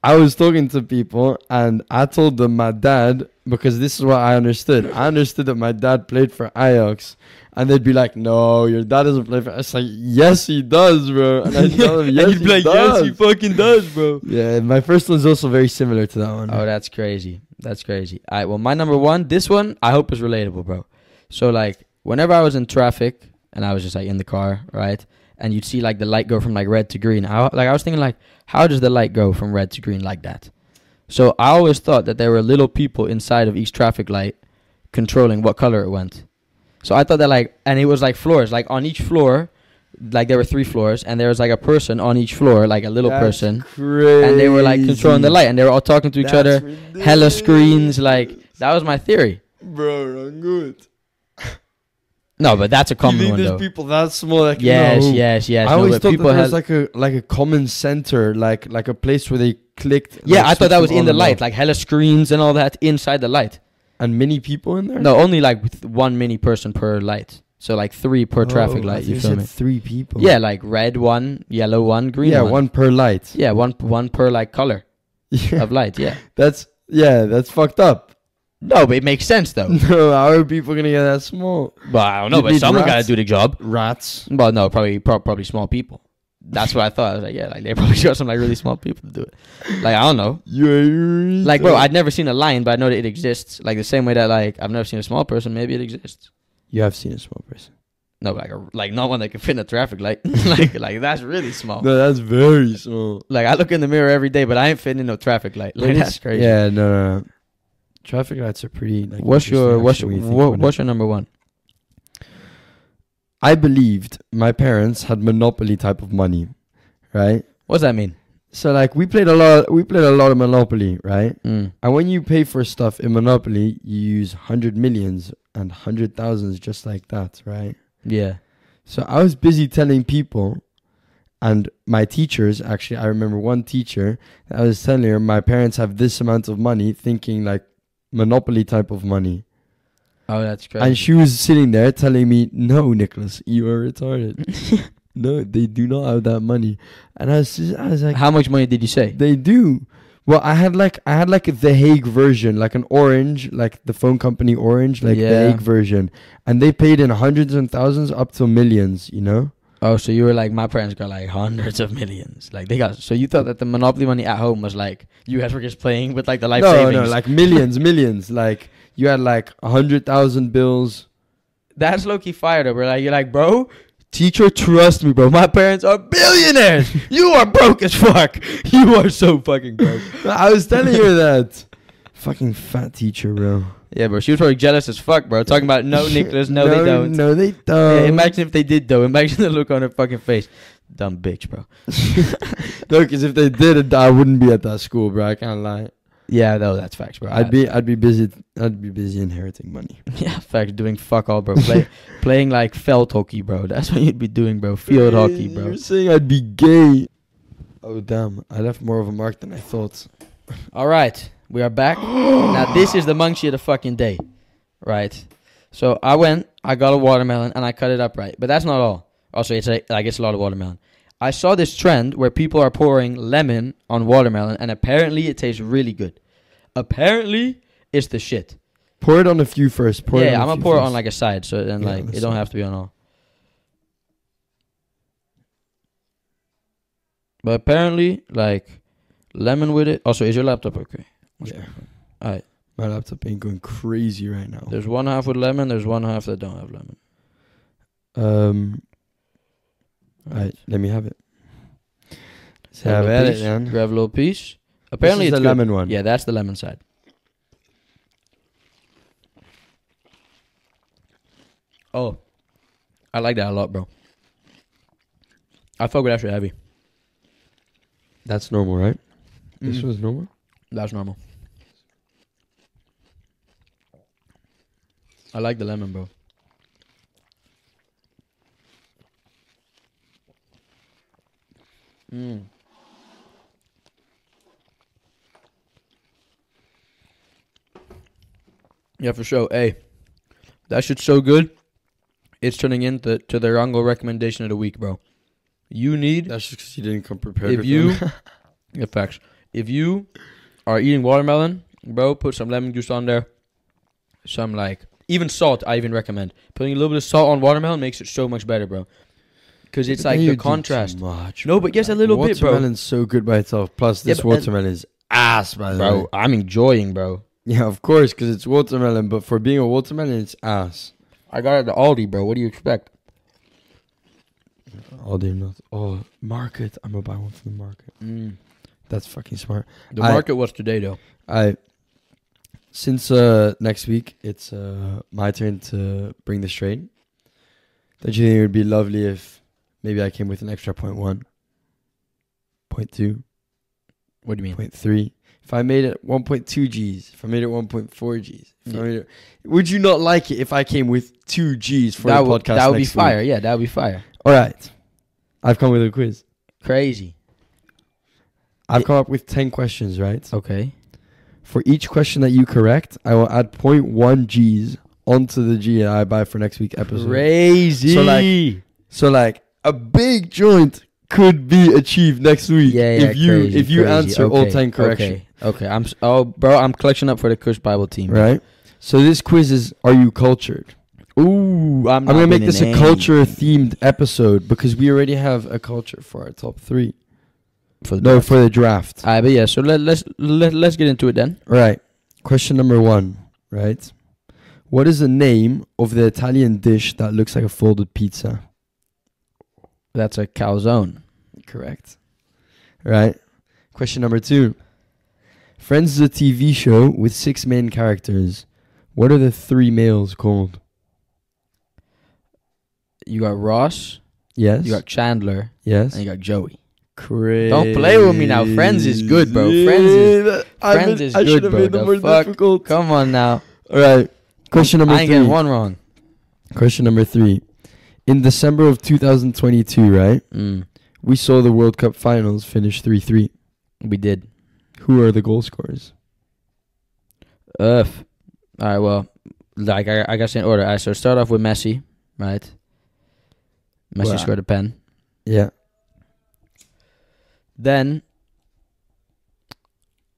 Speaker 1: I was talking to people and I told them my dad because this is what I understood. I understood that my dad played for Ajax. And they'd be like, "No, your dad doesn't play for." It's like, "Yes, he does, bro." And I tell them,
Speaker 2: And
Speaker 1: "Yes,
Speaker 2: you'd be
Speaker 1: he
Speaker 2: like,
Speaker 1: does."
Speaker 2: yes, he fucking does, bro.
Speaker 1: Yeah, my first one's also very similar to that one.
Speaker 2: Oh, that's crazy. That's crazy. All right. Well, my number one, this one, I hope is relatable, bro. So, like, whenever I was in traffic and I was just like in the car, right? And you'd see like the light go from like red to green. I, like, I was thinking, like, how does the light go from red to green like that? So, I always thought that there were little people inside of each traffic light controlling what color it went. So, I thought that, like, and it was like floors, like, on each floor, like, there were three floors, and there was like a person on each floor, like a little
Speaker 1: That's
Speaker 2: person.
Speaker 1: crazy.
Speaker 2: And they were like controlling the light, and they were all talking to each
Speaker 1: That's
Speaker 2: other
Speaker 1: ridiculous.
Speaker 2: hella screens. Like that was my theory.
Speaker 1: bro, I'm good.
Speaker 2: No, but that's a
Speaker 1: you
Speaker 2: common
Speaker 1: think
Speaker 2: one
Speaker 1: there's
Speaker 2: though.
Speaker 1: people that small? Like,
Speaker 2: yes,
Speaker 1: no.
Speaker 2: yes, yes.
Speaker 1: I
Speaker 2: no,
Speaker 1: always
Speaker 2: but
Speaker 1: thought
Speaker 2: people
Speaker 1: that there
Speaker 2: had.
Speaker 1: was like a like a common center, like like a place where they clicked.
Speaker 2: yeah,
Speaker 1: like,
Speaker 2: I thought that
Speaker 1: switched
Speaker 2: was
Speaker 1: them
Speaker 2: in the
Speaker 1: on and
Speaker 2: light,
Speaker 1: off.
Speaker 2: like hella screens and all that inside the light.
Speaker 1: and many people in there.
Speaker 2: No, only like with one mini person per light. So like three per
Speaker 1: Oh,
Speaker 2: traffic
Speaker 1: I
Speaker 2: light.
Speaker 1: thought
Speaker 2: You feel
Speaker 1: said
Speaker 2: me?
Speaker 1: Three people.
Speaker 2: Yeah, like red one, yellow one, green
Speaker 1: yeah,
Speaker 2: one.
Speaker 1: one. per light.
Speaker 2: Yeah, one one per like color
Speaker 1: Yeah,
Speaker 2: of light. Yeah.
Speaker 1: that's yeah, that's fucked up.
Speaker 2: No, but it makes sense though.
Speaker 1: No, how are people gonna get that small?
Speaker 2: but I don't
Speaker 1: You need
Speaker 2: gotta
Speaker 1: rats.
Speaker 2: do the job.
Speaker 1: Rats.
Speaker 2: Well, no, probably pro- probably small people. That's what I thought. I was like, yeah, like they probably got some like really small people to do it. Like I don't know.
Speaker 1: You
Speaker 2: Like bro, I'd never seen a lion, but I know that it exists. Like the same way that like I've never seen a small person, maybe it exists.
Speaker 1: you have seen a small person.
Speaker 2: No, but like a, like not one that can fit in a traffic light. like like that's really small.
Speaker 1: No, that's very small.
Speaker 2: Like I look in the mirror every day, but I ain't fitting in no traffic light. Like
Speaker 1: It's-
Speaker 2: that's crazy.
Speaker 1: Yeah, no, no, no. Traffic lights are pretty. Like,
Speaker 2: What's your
Speaker 1: interesting,
Speaker 2: what's
Speaker 1: actually,
Speaker 2: your,
Speaker 1: when you think
Speaker 2: what,
Speaker 1: about it.
Speaker 2: what's your number one?
Speaker 1: I believed my parents had monopoly type of money, right?
Speaker 2: What's that mean?
Speaker 1: So like we played a lot. We played a lot of monopoly, right?
Speaker 2: Mm.
Speaker 1: And when you pay for stuff in Monopoly, you use hundred millions and hundred thousands just like that, right?
Speaker 2: Yeah.
Speaker 1: So I was busy telling people and my teachers, actually I remember one teacher that I was telling her my parents have this amount of money, thinking like Monopoly type of money.
Speaker 2: Oh, that's crazy.
Speaker 1: And she was sitting there telling me, No, Nicholas, you are retarded. no, they do not have that money. And I was just, I was like
Speaker 2: How much money did you say?
Speaker 1: They do. Well, I had like I had like the Hague version, like an orange, like the phone company orange, like
Speaker 2: Yeah.
Speaker 1: the Hague version, and they paid in hundreds and thousands up to millions. You know?
Speaker 2: Oh, so you were like my parents got like hundreds of millions. Like they got. So you thought that the monopoly money at home was like you guys were just playing with like the life
Speaker 1: no,
Speaker 2: savings.
Speaker 1: no, like millions, millions. Like you had like a hundred thousand bills.
Speaker 2: that's low key fired up. We're like you're like bro. Teacher, trust me, bro. My parents are billionaires. you are broke as fuck. You are so fucking broke.
Speaker 1: I was telling her that. Fucking fat teacher, bro.
Speaker 2: yeah, bro. She was probably jealous as fuck, bro. Talking about no, Nicholas, no, they don't.
Speaker 1: No, they
Speaker 2: Yeah,
Speaker 1: don't.
Speaker 2: imagine if they did though. Imagine the look on her fucking face. Dumb bitch, bro.
Speaker 1: no, because if they did it, I wouldn't be at that school, bro. I can't lie.
Speaker 2: Yeah, no, that's facts, bro.
Speaker 1: I'd be, I'd be busy, I'd be busy inheriting money.
Speaker 2: yeah, facts. Doing fuck all, bro. Play, playing like felt hockey, bro. That's what you'd be doing, bro. Field hockey, bro.
Speaker 1: You're saying I'd be gay. Oh damn! I left more of a mark than I thought.
Speaker 2: All right, we are back. now this is the monk shit of fucking day, right? So I went, I got a watermelon, and I cut it up right. But that's not all. Also, it's like, like it's a lot of watermelon. I saw this trend where people are pouring lemon on watermelon, and apparently it tastes really good. Apparently, it's the shit.
Speaker 1: Pour it on a few first. Pour it
Speaker 2: yeah, I'm
Speaker 1: on a
Speaker 2: gonna
Speaker 1: few
Speaker 2: pour it on
Speaker 1: first.
Speaker 2: like a side, so then
Speaker 1: Yeah,
Speaker 2: like
Speaker 1: that's
Speaker 2: it don't
Speaker 1: fine.
Speaker 2: have to be on all. But apparently, like lemon with it. Also, is your laptop okay?
Speaker 1: Yeah.
Speaker 2: Alright.
Speaker 1: My laptop ain't going crazy right now.
Speaker 2: There's one half with lemon. There's one half that don't have lemon.
Speaker 1: Um. All right, let me have it. So
Speaker 2: Grab
Speaker 1: have
Speaker 2: a
Speaker 1: at it,
Speaker 2: piece,
Speaker 1: man.
Speaker 2: Grab a little piece. Apparently,
Speaker 1: this
Speaker 2: it's
Speaker 1: is
Speaker 2: good.
Speaker 1: the lemon one.
Speaker 2: Yeah, that's the lemon side. Oh, I like that a lot, bro. I fuck with that shit heavy.
Speaker 1: that's normal, right? This
Speaker 2: Mm.
Speaker 1: was normal.
Speaker 2: That's normal. I like the lemon, bro. Mm. Yeah, for sure. Hey, that shit's so good. It's turning into to the Rango recommendation of the week, bro. You need
Speaker 1: That's just because you didn't come prepared.
Speaker 2: if
Speaker 1: with
Speaker 2: you
Speaker 1: them.
Speaker 2: yeah, facts. If you are eating watermelon, bro, put some lemon juice on there. Some like even salt, I even recommend. Putting a little bit of salt on watermelon makes it so much better, bro. Cause it's
Speaker 1: But
Speaker 2: like
Speaker 1: then you
Speaker 2: the
Speaker 1: do
Speaker 2: contrast.
Speaker 1: Too much,
Speaker 2: No,
Speaker 1: bro.
Speaker 2: but yes, a
Speaker 1: Like,
Speaker 2: little bit, bro.
Speaker 1: Watermelon's so good by itself. Plus,
Speaker 2: Yeah,
Speaker 1: this
Speaker 2: but- and-
Speaker 1: watermelon is ass, by the way.
Speaker 2: Bro, I'm enjoying, bro.
Speaker 1: Yeah, of course, because it's watermelon. But for being a watermelon, it's ass.
Speaker 2: I got it at the Aldi, bro. What do you expect?
Speaker 1: Oh, damn, not. Oh, market. I'm gonna buy one from the market. That's fucking smart.
Speaker 2: The
Speaker 1: Mm. I-
Speaker 2: market was today though.
Speaker 1: I since uh next week it's uh my turn to bring the straight. Don't you think it would be lovely if maybe I came with an extra point one, point two,
Speaker 2: What do you mean?
Speaker 1: point three? If I made it one point two G's, if I made it one point four G's, if
Speaker 2: Yeah.
Speaker 1: I made it, would you not like it if I came with two G's for
Speaker 2: that
Speaker 1: the
Speaker 2: would
Speaker 1: podcast?
Speaker 2: that would be
Speaker 1: next week?
Speaker 2: fire. Yeah, that would be fire.
Speaker 1: All right, I've come with a quiz.
Speaker 2: Crazy.
Speaker 1: I've
Speaker 2: It-
Speaker 1: come up with ten questions, right?
Speaker 2: Okay.
Speaker 1: For each question that you correct, I will add 0.1 G's onto the G that I buy for next week's episode.
Speaker 2: Crazy.
Speaker 1: So, like, So like a big joint could be achieved next week
Speaker 2: yeah, yeah,
Speaker 1: if you
Speaker 2: crazy,
Speaker 1: if you
Speaker 2: crazy.
Speaker 1: answer all
Speaker 2: Okay,
Speaker 1: 10 corrections.
Speaker 2: Okay, okay. I'm s- oh, bro, I'm clutching up for the Kush Bible team.
Speaker 1: Right? So this quiz is Are You Cultured?
Speaker 2: Ooh, I'm.
Speaker 1: I'm gonna make this a culture themed episode because we already have a culture for our top three.
Speaker 2: For the
Speaker 1: No, for the draft. Uh,
Speaker 2: Alright, but yeah. So let let's let, let's get into it then.
Speaker 1: Right. Question number one, right? What is the name of the Italian dish that looks like a folded pizza?
Speaker 2: That's a calzone.
Speaker 1: Correct. Right. Question number two. Friends is a TV show with six main characters. What are the three males called?
Speaker 2: You got Ross.
Speaker 1: Yes.
Speaker 2: You got Chandler.
Speaker 1: yes.
Speaker 2: And you got Joey.
Speaker 1: Crazy.
Speaker 2: Don't play with me now. Friends is good, bro. Friends is- Friends is good, bro. The fuck?
Speaker 1: difficult.
Speaker 2: Come on now.
Speaker 1: All right. Question number
Speaker 2: I ain't
Speaker 1: three.
Speaker 2: getting one wrong.
Speaker 1: Question number three. In December of 2022, right?
Speaker 2: Mm,
Speaker 1: We saw the World Cup finals finish 3 3.
Speaker 2: we did.
Speaker 1: Who are the goal scorers?
Speaker 2: Ugh. All right. Well, like I, I guess in order. All right. So start off with Messi, right? Messi
Speaker 1: Wow.
Speaker 2: scored a pen.
Speaker 1: Yeah.
Speaker 2: Then,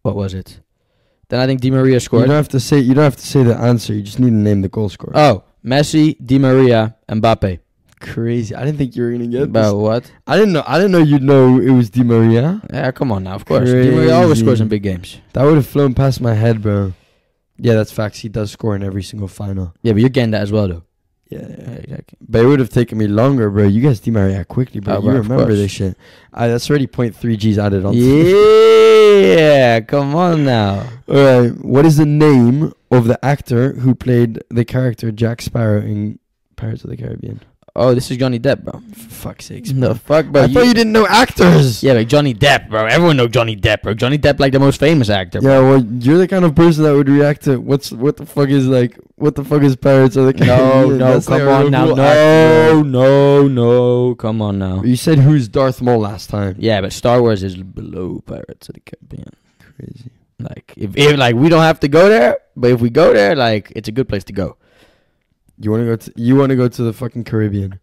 Speaker 2: what was it? Then I think Di Maria
Speaker 1: You
Speaker 2: scored.
Speaker 1: don't have to say you don't have to say the answer. You just need to name the goal scorer.
Speaker 2: oh, Messi, Di Maria, Mbappe.
Speaker 1: crazy. I didn't think you were going to get
Speaker 2: Bro,
Speaker 1: this.
Speaker 2: what?
Speaker 1: I didn't know I didn't know you'd know it was Di Maria.
Speaker 2: Yeah, come on now. Of course, Di Maria always
Speaker 1: Crazy.
Speaker 2: scores in big games.
Speaker 1: That would have flown past my head, bro. Yeah, that's facts. He does score in every single final.
Speaker 2: Yeah, but you're getting that as well, though.
Speaker 1: Yeah, yeah.
Speaker 2: exactly.
Speaker 1: But it would have taken me longer, bro. You guys Di Maria quickly, bro.
Speaker 2: Oh,
Speaker 1: you
Speaker 2: bro, of
Speaker 1: remember
Speaker 2: course.
Speaker 1: this shit. I, that's already 0.3 G's added on.
Speaker 2: Yeah, come on now.
Speaker 1: All right. What is the name of the actor who played the character Jack Sparrow in Pirates of the Caribbean?
Speaker 2: Oh, this is Johnny Depp, bro.
Speaker 1: For fuck's sake.
Speaker 2: The fuck, bro.
Speaker 1: I thought you didn't know actors.
Speaker 2: Yeah, like Johnny Depp, bro. Everyone know Johnny Depp, bro. Johnny Depp, like the most famous actor.
Speaker 1: Yeah, well, you're the kind of person that would react to what's what the fuck is like what the fuck is Pirates of the
Speaker 2: No,
Speaker 1: Caribbean?
Speaker 2: no,
Speaker 1: That's
Speaker 2: come
Speaker 1: like a
Speaker 2: on now.
Speaker 1: real
Speaker 2: No,
Speaker 1: actor.
Speaker 2: no, no. Come on now.
Speaker 1: You said who's Darth Maul last time?
Speaker 2: Yeah, but Star Wars is below Pirates of the Caribbean.
Speaker 1: Crazy.
Speaker 2: Like, if, if like we don't have to go there, but if we go there, like it's a good place to go.
Speaker 1: You want to go to you want to go to the fucking Caribbean?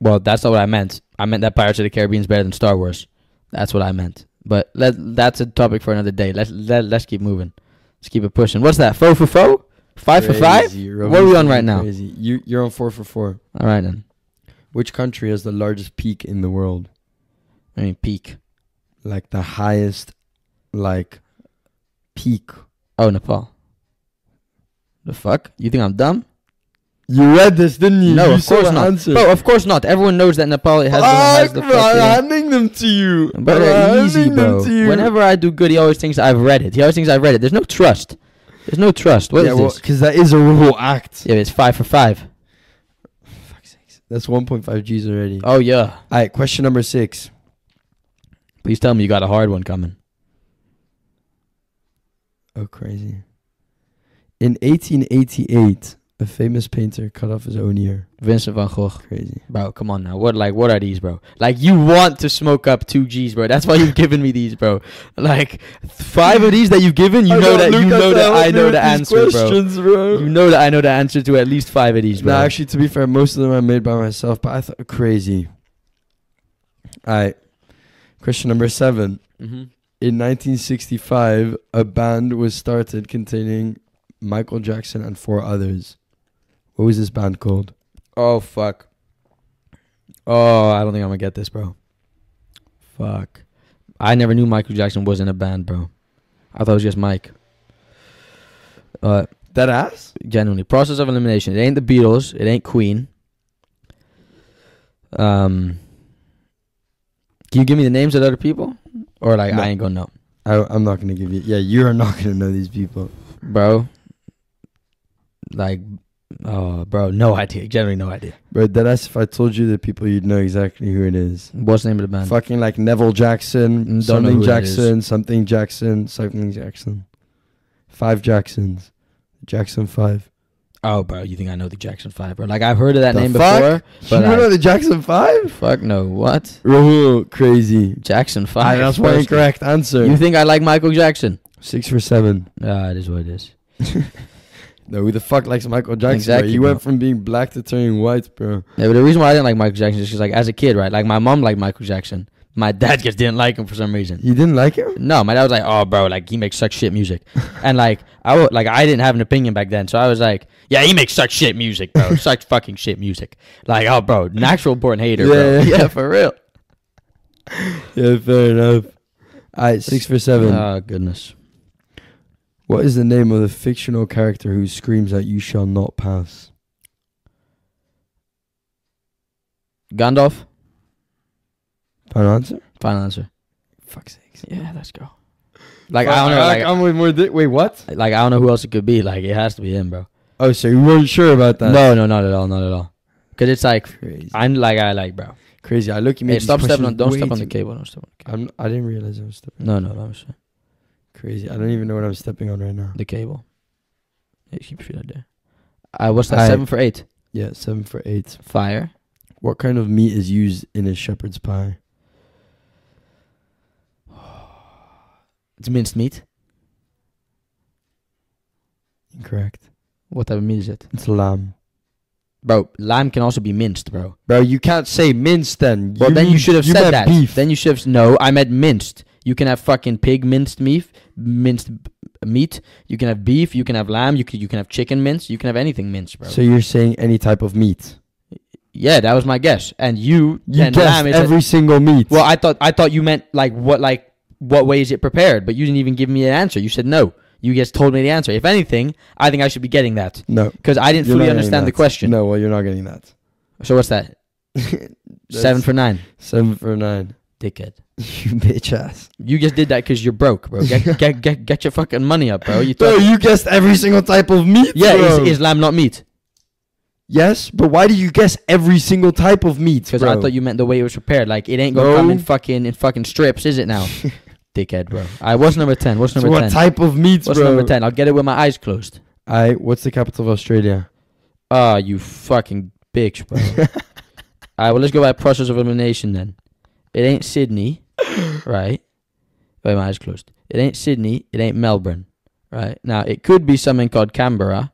Speaker 2: Well, that's not what I meant. I meant that Pirates of the Caribbean is better than Star Wars. That's what I meant. But let that's a topic for another day. Let's let, let's keep moving. Let's keep it pushing. What's that? Four for four? Five for five?
Speaker 1: Crazy.
Speaker 2: What are we on right now?
Speaker 1: Crazy. You you're on four for four.
Speaker 2: All right then.
Speaker 1: Which country has the largest peak in the world?
Speaker 2: I mean peak.
Speaker 1: Like the highest, like peak.
Speaker 2: Oh, Nepal. The fuck? You think I'm dumb?
Speaker 1: You read this, didn't you?
Speaker 2: No,
Speaker 1: you
Speaker 2: of
Speaker 1: saw
Speaker 2: course
Speaker 1: the
Speaker 2: not.
Speaker 1: Answer.
Speaker 2: Bro, of course not. Everyone knows that Nepal has the, has the
Speaker 1: Fuck, bro, I'm
Speaker 2: fucking...
Speaker 1: handing them to you.
Speaker 2: But
Speaker 1: I'm
Speaker 2: they're
Speaker 1: handing
Speaker 2: easy,
Speaker 1: them
Speaker 2: bro.
Speaker 1: to you.
Speaker 2: Whenever I do good, he always thinks I've read it. He always thinks I've read it. There's no trust. There's no trust. What is
Speaker 1: yeah, well,
Speaker 2: this?
Speaker 1: because that is a rule act.
Speaker 2: Yeah, it's five for five.
Speaker 1: That's 1.5 G's already.
Speaker 2: Oh yeah.
Speaker 1: All right, question number six.
Speaker 2: Please tell me you got a hard one coming.
Speaker 1: Oh, crazy. In 1888, a famous painter cut off his own ear.
Speaker 2: Vincent van Gogh.
Speaker 1: Crazy.
Speaker 2: Bro, come on now. What like what are these, bro? Like you want to smoke up two G's, bro. That's why you've given me these, bro. Like five of these that you've given, you know that you know that I know the answer, bro. You know that I know the answer to at least five of these, bro.
Speaker 1: No, actually, to be fair, most of them I made by myself, but I thought crazy. All right. Question number seven.
Speaker 2: Mhm.
Speaker 1: In 1965, a band was started containing Michael Jackson and four others. What was this band called?
Speaker 2: Oh fuck. Oh, I don't think I'm gonna get this, bro. Fuck. I never knew Michael Jackson was in a band, bro. I thought it was just Mike. Uh,
Speaker 1: That ass?
Speaker 2: genuinely, process of elimination. It ain't the Beatles. It ain't Queen. Um, can you give me the names of the other people, or like
Speaker 1: No.
Speaker 2: I ain't gonna know,
Speaker 1: I, I'm not going to give you. Yeah, you are not going to know these people.
Speaker 2: bro? Like, oh, bro, no idea. Generally, no idea.
Speaker 1: Bro, that ass, if I told you the people, you'd know exactly who it is.
Speaker 2: What's the name of the band?
Speaker 1: Fucking like Neville
Speaker 2: Mm, don't know who
Speaker 1: Jackson, something
Speaker 2: that
Speaker 1: Jackson, something Jackson, something Jackson. Five Jacksons. Jackson 5.
Speaker 2: Oh, bro, you think I know the Jackson Five, bro? Like I've heard of that
Speaker 1: The
Speaker 2: name
Speaker 1: fuck?
Speaker 2: before.
Speaker 1: you
Speaker 2: But
Speaker 1: don't
Speaker 2: I-
Speaker 1: know the Jackson 5?
Speaker 2: Fuck no, what?
Speaker 1: Rahul, crazy.
Speaker 2: Jackson
Speaker 1: Ah,
Speaker 2: Five.
Speaker 1: that's my
Speaker 2: firstly.
Speaker 1: incorrect answer.
Speaker 2: You think I like Michael Jackson?
Speaker 1: Six for seven.
Speaker 2: Ah, it is what it is.
Speaker 1: No, who the fuck likes Michael Jackson? Exactly.
Speaker 2: Exactly,
Speaker 1: You
Speaker 2: bro.
Speaker 1: went from being black to turning white, bro.
Speaker 2: Yeah, but the reason why I didn't like Michael Jackson is because, like, as a kid, right? Like, my mom liked Michael Jackson. My dad just didn't like him for some reason.
Speaker 1: You didn't like him?
Speaker 2: No, my dad was like, "Oh, bro, like he makes such shit music," and like I wa- like I didn't have an opinion back then, so I was like, "Yeah, he makes such shit music, bro, such fucking shit music." Like, oh, bro, natural born hater, bro.
Speaker 1: Yeah, yeah.
Speaker 2: for real.
Speaker 1: Yeah, fair enough. Uh, All right, six for seven.
Speaker 2: Oh goodness,
Speaker 1: what is the name of the fictional character who screams that you shall not pass?
Speaker 2: Gandalf.
Speaker 1: Final answer?
Speaker 2: Final answer.
Speaker 1: Fuck's sakes.
Speaker 2: Yeah, let's go. Like I don't know, like,
Speaker 1: I'm with more. Di- Wait, what?
Speaker 2: like I don't know who else it could be. Like it has to be him, bro.
Speaker 1: Oh, so you weren't sure about that?
Speaker 2: No, no, not at all, not at all. Cause it's like
Speaker 1: Crazy.
Speaker 2: I'm like I like, bro.
Speaker 1: Crazy. I look. You made
Speaker 2: Hey,
Speaker 1: these
Speaker 2: stop stepping
Speaker 1: questions
Speaker 2: on. Don't
Speaker 1: way
Speaker 2: step on the
Speaker 1: too-
Speaker 2: cable. Don't step on the cable.
Speaker 1: I'm, I didn't realize I was stepping.
Speaker 2: No, no, no. I'm sorry.
Speaker 1: Crazy. I don't even know what I'm stepping on right now.
Speaker 2: The cable. Yeah, keep your feet out there. I what's that?
Speaker 1: Aight.
Speaker 2: Seven for eight.
Speaker 1: Yeah, seven for eight.
Speaker 2: Fire.
Speaker 1: What kind of meat is used in a shepherd's pie?
Speaker 2: It's minced meat.
Speaker 1: Incorrect.
Speaker 2: What type of meat is it?
Speaker 1: It's lamb.
Speaker 2: Bro, lime can also be minced, bro.
Speaker 1: Bro, you can't say mince then.
Speaker 2: Well, then you
Speaker 1: mean-
Speaker 2: should have said
Speaker 1: meant
Speaker 2: that.
Speaker 1: Beef.
Speaker 2: Then you should have. s- No, I meant minced. You can have fucking pig minced meat, minced b- meat. You can have beef. You can have lamb. You can you can have chicken minced. You can have anything minced, bro.
Speaker 1: so you're saying any type of meat?
Speaker 2: yeah, that was my guess. And you,
Speaker 1: You
Speaker 2: and
Speaker 1: guessed
Speaker 2: lamb is. a-
Speaker 1: every single meat.
Speaker 2: well, I thought I thought you meant like what like what way is it prepared? But you didn't even give me an answer. You said no. You just told me the answer. If anything, I think I should be getting that
Speaker 1: no,
Speaker 2: because I didn't
Speaker 1: you're not
Speaker 2: fully
Speaker 1: getting
Speaker 2: understand the
Speaker 1: that.
Speaker 2: question.
Speaker 1: No, well, you're not getting that.
Speaker 2: So what's that? Seven
Speaker 1: That's
Speaker 2: for nine.
Speaker 1: seven for nine.
Speaker 2: Dickhead.
Speaker 1: you bitch ass.
Speaker 2: You just did that because you're broke, bro. Get, get, get, get your fucking money up, bro. You
Speaker 1: Bro,
Speaker 2: talk-
Speaker 1: you guessed every single type of meat.
Speaker 2: yeah,
Speaker 1: bro.
Speaker 2: is, is lamb not meat?
Speaker 1: yes, but why do you guess every single type of meat?
Speaker 2: Because
Speaker 1: bro?
Speaker 2: I thought you meant the way it was prepared. Like it ain't gonna
Speaker 1: No.
Speaker 2: come in fucking in fucking strips, is it now? Dickhead, bro. I what's number ten? What's
Speaker 1: So
Speaker 2: number
Speaker 1: what
Speaker 2: ten?
Speaker 1: type of meat,
Speaker 2: What's
Speaker 1: bro?
Speaker 2: number ten? I'll get it with my eyes closed.
Speaker 1: I. What's the capital of Australia?
Speaker 2: Ah, you fucking bitch, bro. Alright, well let's go by process of elimination then. It ain't Sydney, right? Wait, my eyes closed. It ain't Sydney. It ain't Melbourne, right? Now it could be something called Canberra,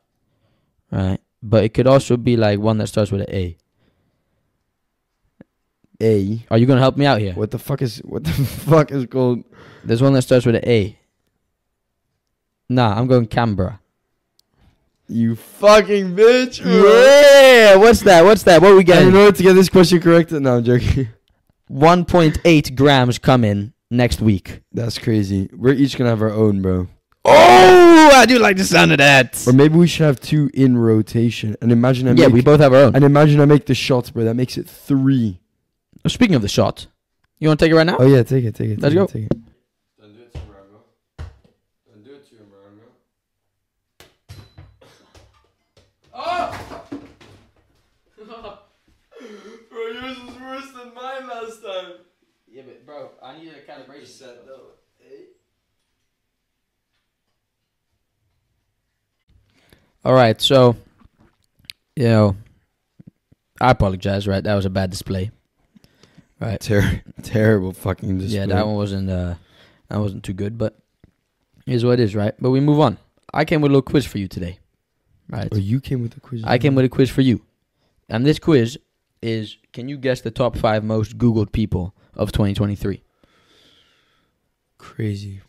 Speaker 2: right? But it could also be like one that starts with an A.
Speaker 1: A.
Speaker 2: Are you gonna help me out here?
Speaker 1: What the fuck is what the fuck is called?
Speaker 2: There's one that starts with an A. Nah, I'm going Canberra.
Speaker 1: You fucking bitch! bro.
Speaker 2: Yeah, what's that? What's that? What we
Speaker 1: Yeah, in
Speaker 2: getting?
Speaker 1: order to get this question correct, no, I'm joking.
Speaker 2: 1.8 grams coming next week.
Speaker 1: That's crazy. We're each gonna have our own, bro.
Speaker 2: Oh, I do like the sound of that.
Speaker 1: Or maybe we should have two in rotation. And imagine I
Speaker 2: Yeah,
Speaker 1: make,
Speaker 2: we both have our own.
Speaker 1: and imagine I make the shots, bro. That makes it three.
Speaker 2: Speaking of the shot, you want to take it right now?
Speaker 1: Oh yeah, take it, take it.
Speaker 2: Let's
Speaker 1: take
Speaker 2: go.
Speaker 1: It, take it.
Speaker 3: Bro, yours was worse than mine last time.
Speaker 2: Yeah, but bro, I needed a calibration. All right, so you know, I apologize. Right, that was a bad display. Right,
Speaker 1: Ter- terrible fucking display.
Speaker 2: yeah, that one wasn't uh, that wasn't too good, but here's what it is, right? But we move on. I came with a little quiz for you today, right?
Speaker 1: Oh, you came with the quiz.
Speaker 2: I came with a quiz for you, and this quiz is: Can you guess the top five most Googled people of 2023?
Speaker 1: crazy.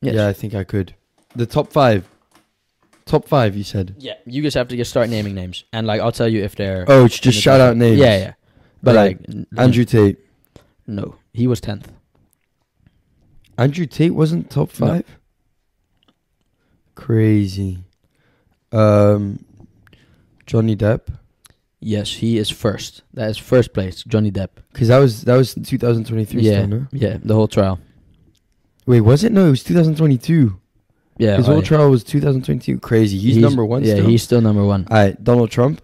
Speaker 2: Yes.
Speaker 1: Yeah, I think I could. The top five. Top five, you said.
Speaker 2: Yeah, you just have to just start naming names, and like I'll tell you if they're.
Speaker 1: Oh, it's just
Speaker 2: in the
Speaker 1: shout
Speaker 2: top-
Speaker 1: out names.
Speaker 2: Yeah, yeah.
Speaker 1: But like,
Speaker 2: n-
Speaker 1: Andrew Tate.
Speaker 2: no, he was tenth.
Speaker 1: Andrew Tate wasn't top
Speaker 2: No.
Speaker 1: five. Crazy. Um, Johnny Depp,
Speaker 2: Yes, he is first. That is first place, Johnny Depp.
Speaker 1: because that was that was 2023.
Speaker 2: yeah,
Speaker 1: Still, no?
Speaker 2: yeah, the whole trial.
Speaker 1: Wait, was it? No, it was 2022.
Speaker 2: Yeah,
Speaker 1: His
Speaker 2: oh,
Speaker 1: whole
Speaker 2: yeah.
Speaker 1: trial was 2022. Crazy. He's, number one.
Speaker 2: Yeah,
Speaker 1: still?
Speaker 2: he's still number one.
Speaker 1: All right, Donald Trump,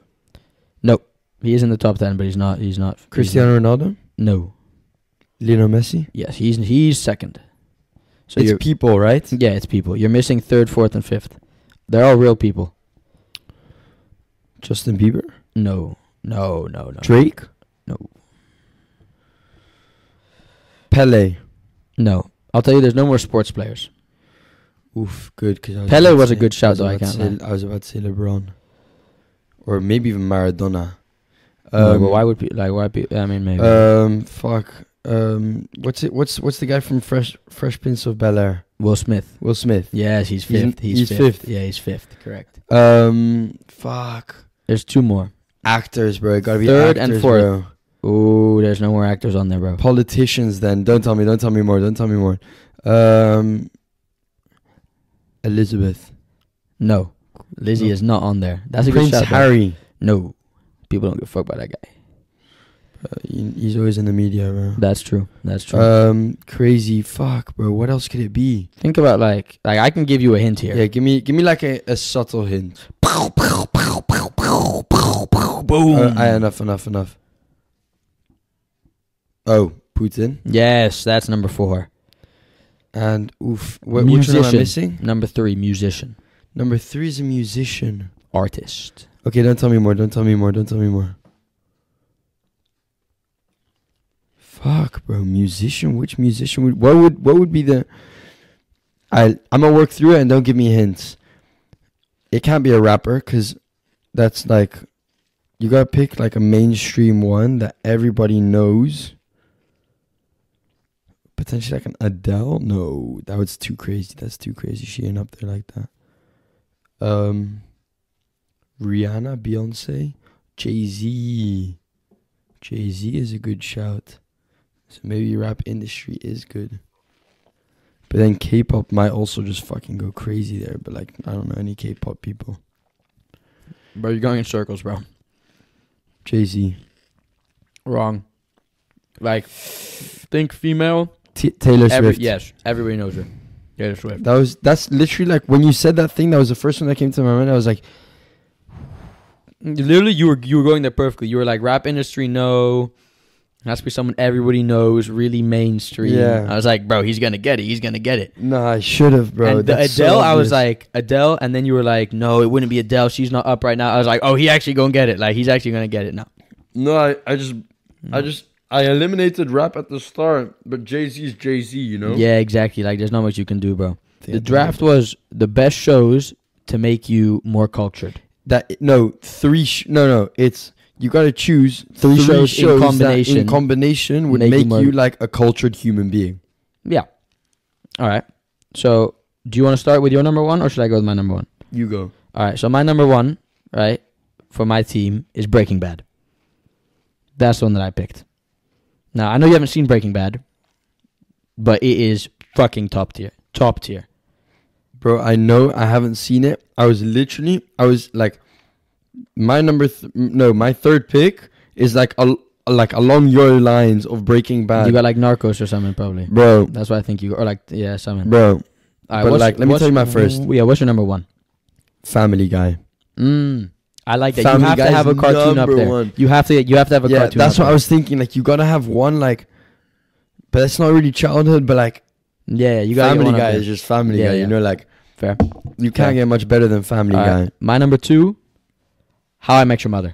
Speaker 2: He is in the top ten, but he's not. He's not. he's
Speaker 1: Cristiano Ronaldo,
Speaker 2: not- no.
Speaker 1: Lionel Messi.
Speaker 2: Yes, he's he's second. So
Speaker 1: it's
Speaker 2: you're,
Speaker 1: people, right?
Speaker 2: yeah, it's people. You're missing third, fourth, and fifth. They're all real people.
Speaker 1: Justin Bieber,
Speaker 2: No, no, no, no.
Speaker 1: Drake,
Speaker 2: No.
Speaker 1: Pele.
Speaker 2: No, I'll tell you. There's no more sports players.
Speaker 1: Oof, good. Cause I was
Speaker 2: Pele
Speaker 1: about to
Speaker 2: was a
Speaker 1: say-
Speaker 2: good shout,
Speaker 1: I was
Speaker 2: though, I
Speaker 1: about to
Speaker 2: can't
Speaker 1: say- I was about to say LeBron, or maybe even Maradona.
Speaker 2: No, but why would people like why people? I mean, maybe.
Speaker 1: Um, fuck. Um, what's it? What's what's the guy from Fresh Fresh Prince of Bel Air?
Speaker 2: Will Smith.
Speaker 1: Will Smith.
Speaker 2: Yes, he's
Speaker 1: He's-
Speaker 2: fifth. He's,
Speaker 1: he's
Speaker 2: fifth.
Speaker 1: fifth.
Speaker 2: Yeah, he's fifth. Correct.
Speaker 1: Um, fuck.
Speaker 2: There's two more.
Speaker 1: Actors, bro. It gotta be
Speaker 2: Third and
Speaker 1: actors,
Speaker 2: fourth.
Speaker 1: bro.
Speaker 2: Oh, there's no more actors on there, bro.
Speaker 1: Politicians. Then don't tell me. Don't tell me more. Don't tell me more. Um, Elizabeth.
Speaker 2: No, Lizzie
Speaker 1: No.
Speaker 2: is not on there. That's a
Speaker 1: Prince
Speaker 2: good shout. though.
Speaker 1: Harry.
Speaker 2: No, people don't give a fuck about that guy.
Speaker 1: Uh, he- he's always in the media, bro.
Speaker 2: That's true. That's true.
Speaker 1: Um, crazy. Fuck, bro. What else could it be?
Speaker 2: Think about like like I can give you a hint here.
Speaker 1: Yeah, give me give me like a, a subtle hint.
Speaker 2: Boom.
Speaker 1: Uh, I, enough, enough, enough. Oh, Putin
Speaker 2: yes, that's number four.
Speaker 1: and oof. Wh- which one am I
Speaker 2: Musician.
Speaker 1: missing?
Speaker 2: Number three, musician,
Speaker 1: Number three is a musician.
Speaker 2: artist.
Speaker 1: Okay, don't tell me more. Don't tell me more. Don't tell me more. Fuck, bro. Musician. Which musician would? What would? What would be the? I I'm gonna work through it and don't give me hints. It can't be a rapper because that's like you gotta pick like a mainstream one that everybody knows. Potentially like an Adele. No, that was too crazy. That's too crazy. She ain't up there like that. Um. Rihanna, Beyonce, Jay Z. Jay Z is a good shout. So maybe rap industry is good. But then K pop might also just fucking go crazy there. But like, I don't know any K pop people.
Speaker 2: Bro, you're going in circles, bro.
Speaker 1: Jay Z.
Speaker 2: Wrong. Like, think female.
Speaker 1: T- Taylor Swift.
Speaker 2: Every, yes, everybody knows her. Taylor Swift.
Speaker 1: That was, that's literally like when you said that thing, that was the first one that came to my mind. I was like,
Speaker 2: Literally, you were you were going there perfectly. You were like rap industry, no. It has to be someone everybody knows, really mainstream.
Speaker 1: Yeah.
Speaker 2: I was like, bro, he's gonna get it. He's gonna get it.
Speaker 1: nah, I should have, bro.
Speaker 2: and the Adele,
Speaker 1: That's so
Speaker 2: I was
Speaker 1: obvious.
Speaker 2: like Adele, and then you were like, no, it wouldn't be Adele. She's not up right now. I was like, oh, he actually gonna get it. Like he's actually gonna get it now.
Speaker 3: No, I, I just, I just, I eliminated rap at the start, but Jay Z is Jay Z, you know.
Speaker 2: Yeah, exactly. Like there's not much you can do, bro.
Speaker 1: Yeah,
Speaker 2: The draft was the best shows to make you more cultured.
Speaker 1: that no three sh- no no it's you gotta choose three,
Speaker 2: Three
Speaker 1: shows,
Speaker 2: shows in
Speaker 1: that
Speaker 2: combination
Speaker 1: in combination would
Speaker 2: make you
Speaker 1: make
Speaker 2: more-
Speaker 1: you like a cultured human being
Speaker 2: Yeah. All right. So, do you want to start with your number one, or should I go with my number one?
Speaker 1: you go
Speaker 2: All right. So my number one, right, for my team is Breaking Bad. That's the one that I picked. Now I know you haven't seen Breaking Bad, but it is fucking top tier. Top tier.
Speaker 1: bro i know i haven't seen it i was literally i was like my number th- no my third pick is like a, like along your lines of breaking bad
Speaker 2: You got like Narcos or something, probably.
Speaker 1: bro
Speaker 2: That's what I think you or like yeah something.
Speaker 1: bro
Speaker 2: All right,
Speaker 1: but
Speaker 2: what's-
Speaker 1: like, let me
Speaker 2: what's-
Speaker 1: tell you my first.
Speaker 2: Yeah, what's your number one?
Speaker 1: family guy
Speaker 2: Mm, I like that. you
Speaker 1: Family
Speaker 2: have to
Speaker 1: Guy's
Speaker 2: have a cartoon up
Speaker 1: number
Speaker 2: there.
Speaker 1: one.
Speaker 2: You have to. You have to have a
Speaker 1: yeah
Speaker 2: cartoon.
Speaker 1: that's
Speaker 2: up
Speaker 1: what i
Speaker 2: there.
Speaker 1: was thinking like you gotta have one like but that's not really childhood but like
Speaker 2: Yeah, you got
Speaker 1: family guy is just family
Speaker 2: Yeah,
Speaker 1: guy
Speaker 2: yeah.
Speaker 1: you know like
Speaker 2: fair.
Speaker 1: you can't
Speaker 2: Yeah.
Speaker 1: get much better than family
Speaker 2: All
Speaker 1: guy
Speaker 2: right, My number two, How I Met Your Mother.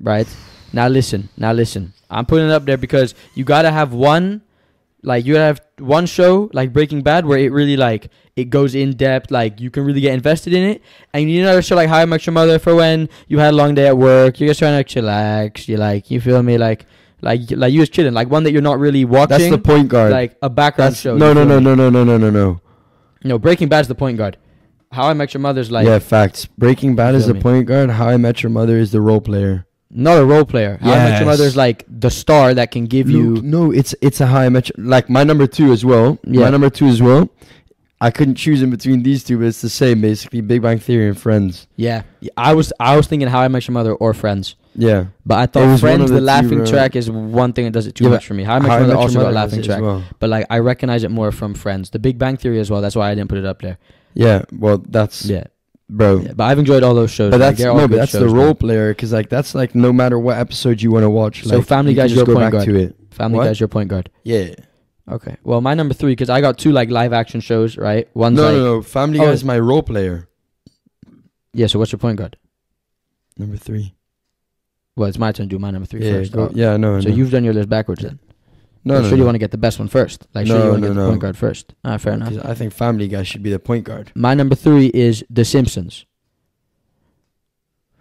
Speaker 2: Right now, listen. Now listen. I'm putting it up there because you gotta have one, like you gotta have one show like Breaking Bad where it really like it goes in depth, like you can really get invested in it. And you need another show like How I Met Your Mother for when you had a long day at work, you're just trying to chillax. You like, you feel me? Like, like, like you was chilling, like one that you're not really watching.
Speaker 1: That's the point guard.
Speaker 2: Like a background
Speaker 1: That's,
Speaker 2: show.
Speaker 1: no,
Speaker 2: you
Speaker 1: no,
Speaker 2: feel
Speaker 1: no,
Speaker 2: me?
Speaker 1: no, no, no, no, no, no.
Speaker 2: No, Breaking Bad's the point guard. How I Met Your Mother's like
Speaker 1: yeah, facts. Breaking Bad is
Speaker 2: Feel
Speaker 1: the
Speaker 2: me.
Speaker 1: point guard. How I Met Your Mother is the role player.
Speaker 2: not a role player. How I Met Your
Speaker 1: Yes.
Speaker 2: Mother is like the star that can give
Speaker 1: Luke,
Speaker 2: you.
Speaker 1: no, it's it's a How I Met Your, like my number two as well.
Speaker 2: Yeah.
Speaker 1: My number two as well. I couldn't choose in between these two, but it's the same basically. Big Bang Theory and Friends.
Speaker 2: Yeah, I was I was thinking How I Met Your Mother or Friends,
Speaker 1: Yeah,
Speaker 2: but I
Speaker 1: It
Speaker 2: thought
Speaker 1: was one
Speaker 2: Friends,
Speaker 1: of
Speaker 2: the,
Speaker 1: the two,
Speaker 2: laughing
Speaker 1: right?
Speaker 2: track, is one thing that does it too
Speaker 1: Yeah,
Speaker 2: much
Speaker 1: but
Speaker 2: for me. How I Met Your Mother also got a laughing
Speaker 1: has it as
Speaker 2: track,
Speaker 1: well.
Speaker 2: but like I recognize it more from Friends. The Big Bang Theory as well. That's why I didn't put it up there.
Speaker 1: Yeah, well, that's
Speaker 2: Yeah,
Speaker 1: bro.
Speaker 2: yeah, but I've enjoyed all those shows.
Speaker 1: But
Speaker 2: like,
Speaker 1: that's
Speaker 2: they're all
Speaker 1: no, but
Speaker 2: good
Speaker 1: that's the
Speaker 2: shows,
Speaker 1: role
Speaker 2: man.
Speaker 1: player because like that's like no matter what episode you want to watch,
Speaker 2: So
Speaker 1: like,
Speaker 2: Family
Speaker 1: you can
Speaker 2: Guy's your
Speaker 1: just go
Speaker 2: point guard.
Speaker 1: back to it.
Speaker 2: Family
Speaker 1: What?
Speaker 2: Guy's your point guard.
Speaker 1: Yeah,
Speaker 2: Okay, well my number three because I got two like live action shows, right? One's
Speaker 1: no,
Speaker 2: like
Speaker 1: no, no. Family
Speaker 2: Oh.
Speaker 1: Guy is my role player.
Speaker 2: yeah. So what's your point guard?
Speaker 1: Number three.
Speaker 2: Well, it's my turn to do my number three
Speaker 1: yeah,
Speaker 2: first.
Speaker 1: go-
Speaker 2: Oh,
Speaker 1: yeah, no.
Speaker 2: So
Speaker 1: no.
Speaker 2: you've done your list backwards then.
Speaker 1: No,
Speaker 2: No,
Speaker 1: no,
Speaker 2: sure you
Speaker 1: no.
Speaker 2: want to get the best one first. Like, sure
Speaker 1: No,
Speaker 2: you want
Speaker 1: no,
Speaker 2: to get the
Speaker 1: no.
Speaker 2: point guard first. Ah, fair enough.
Speaker 1: 'Cause I think Family Guy should be the point guard.
Speaker 2: My number three is The Simpsons.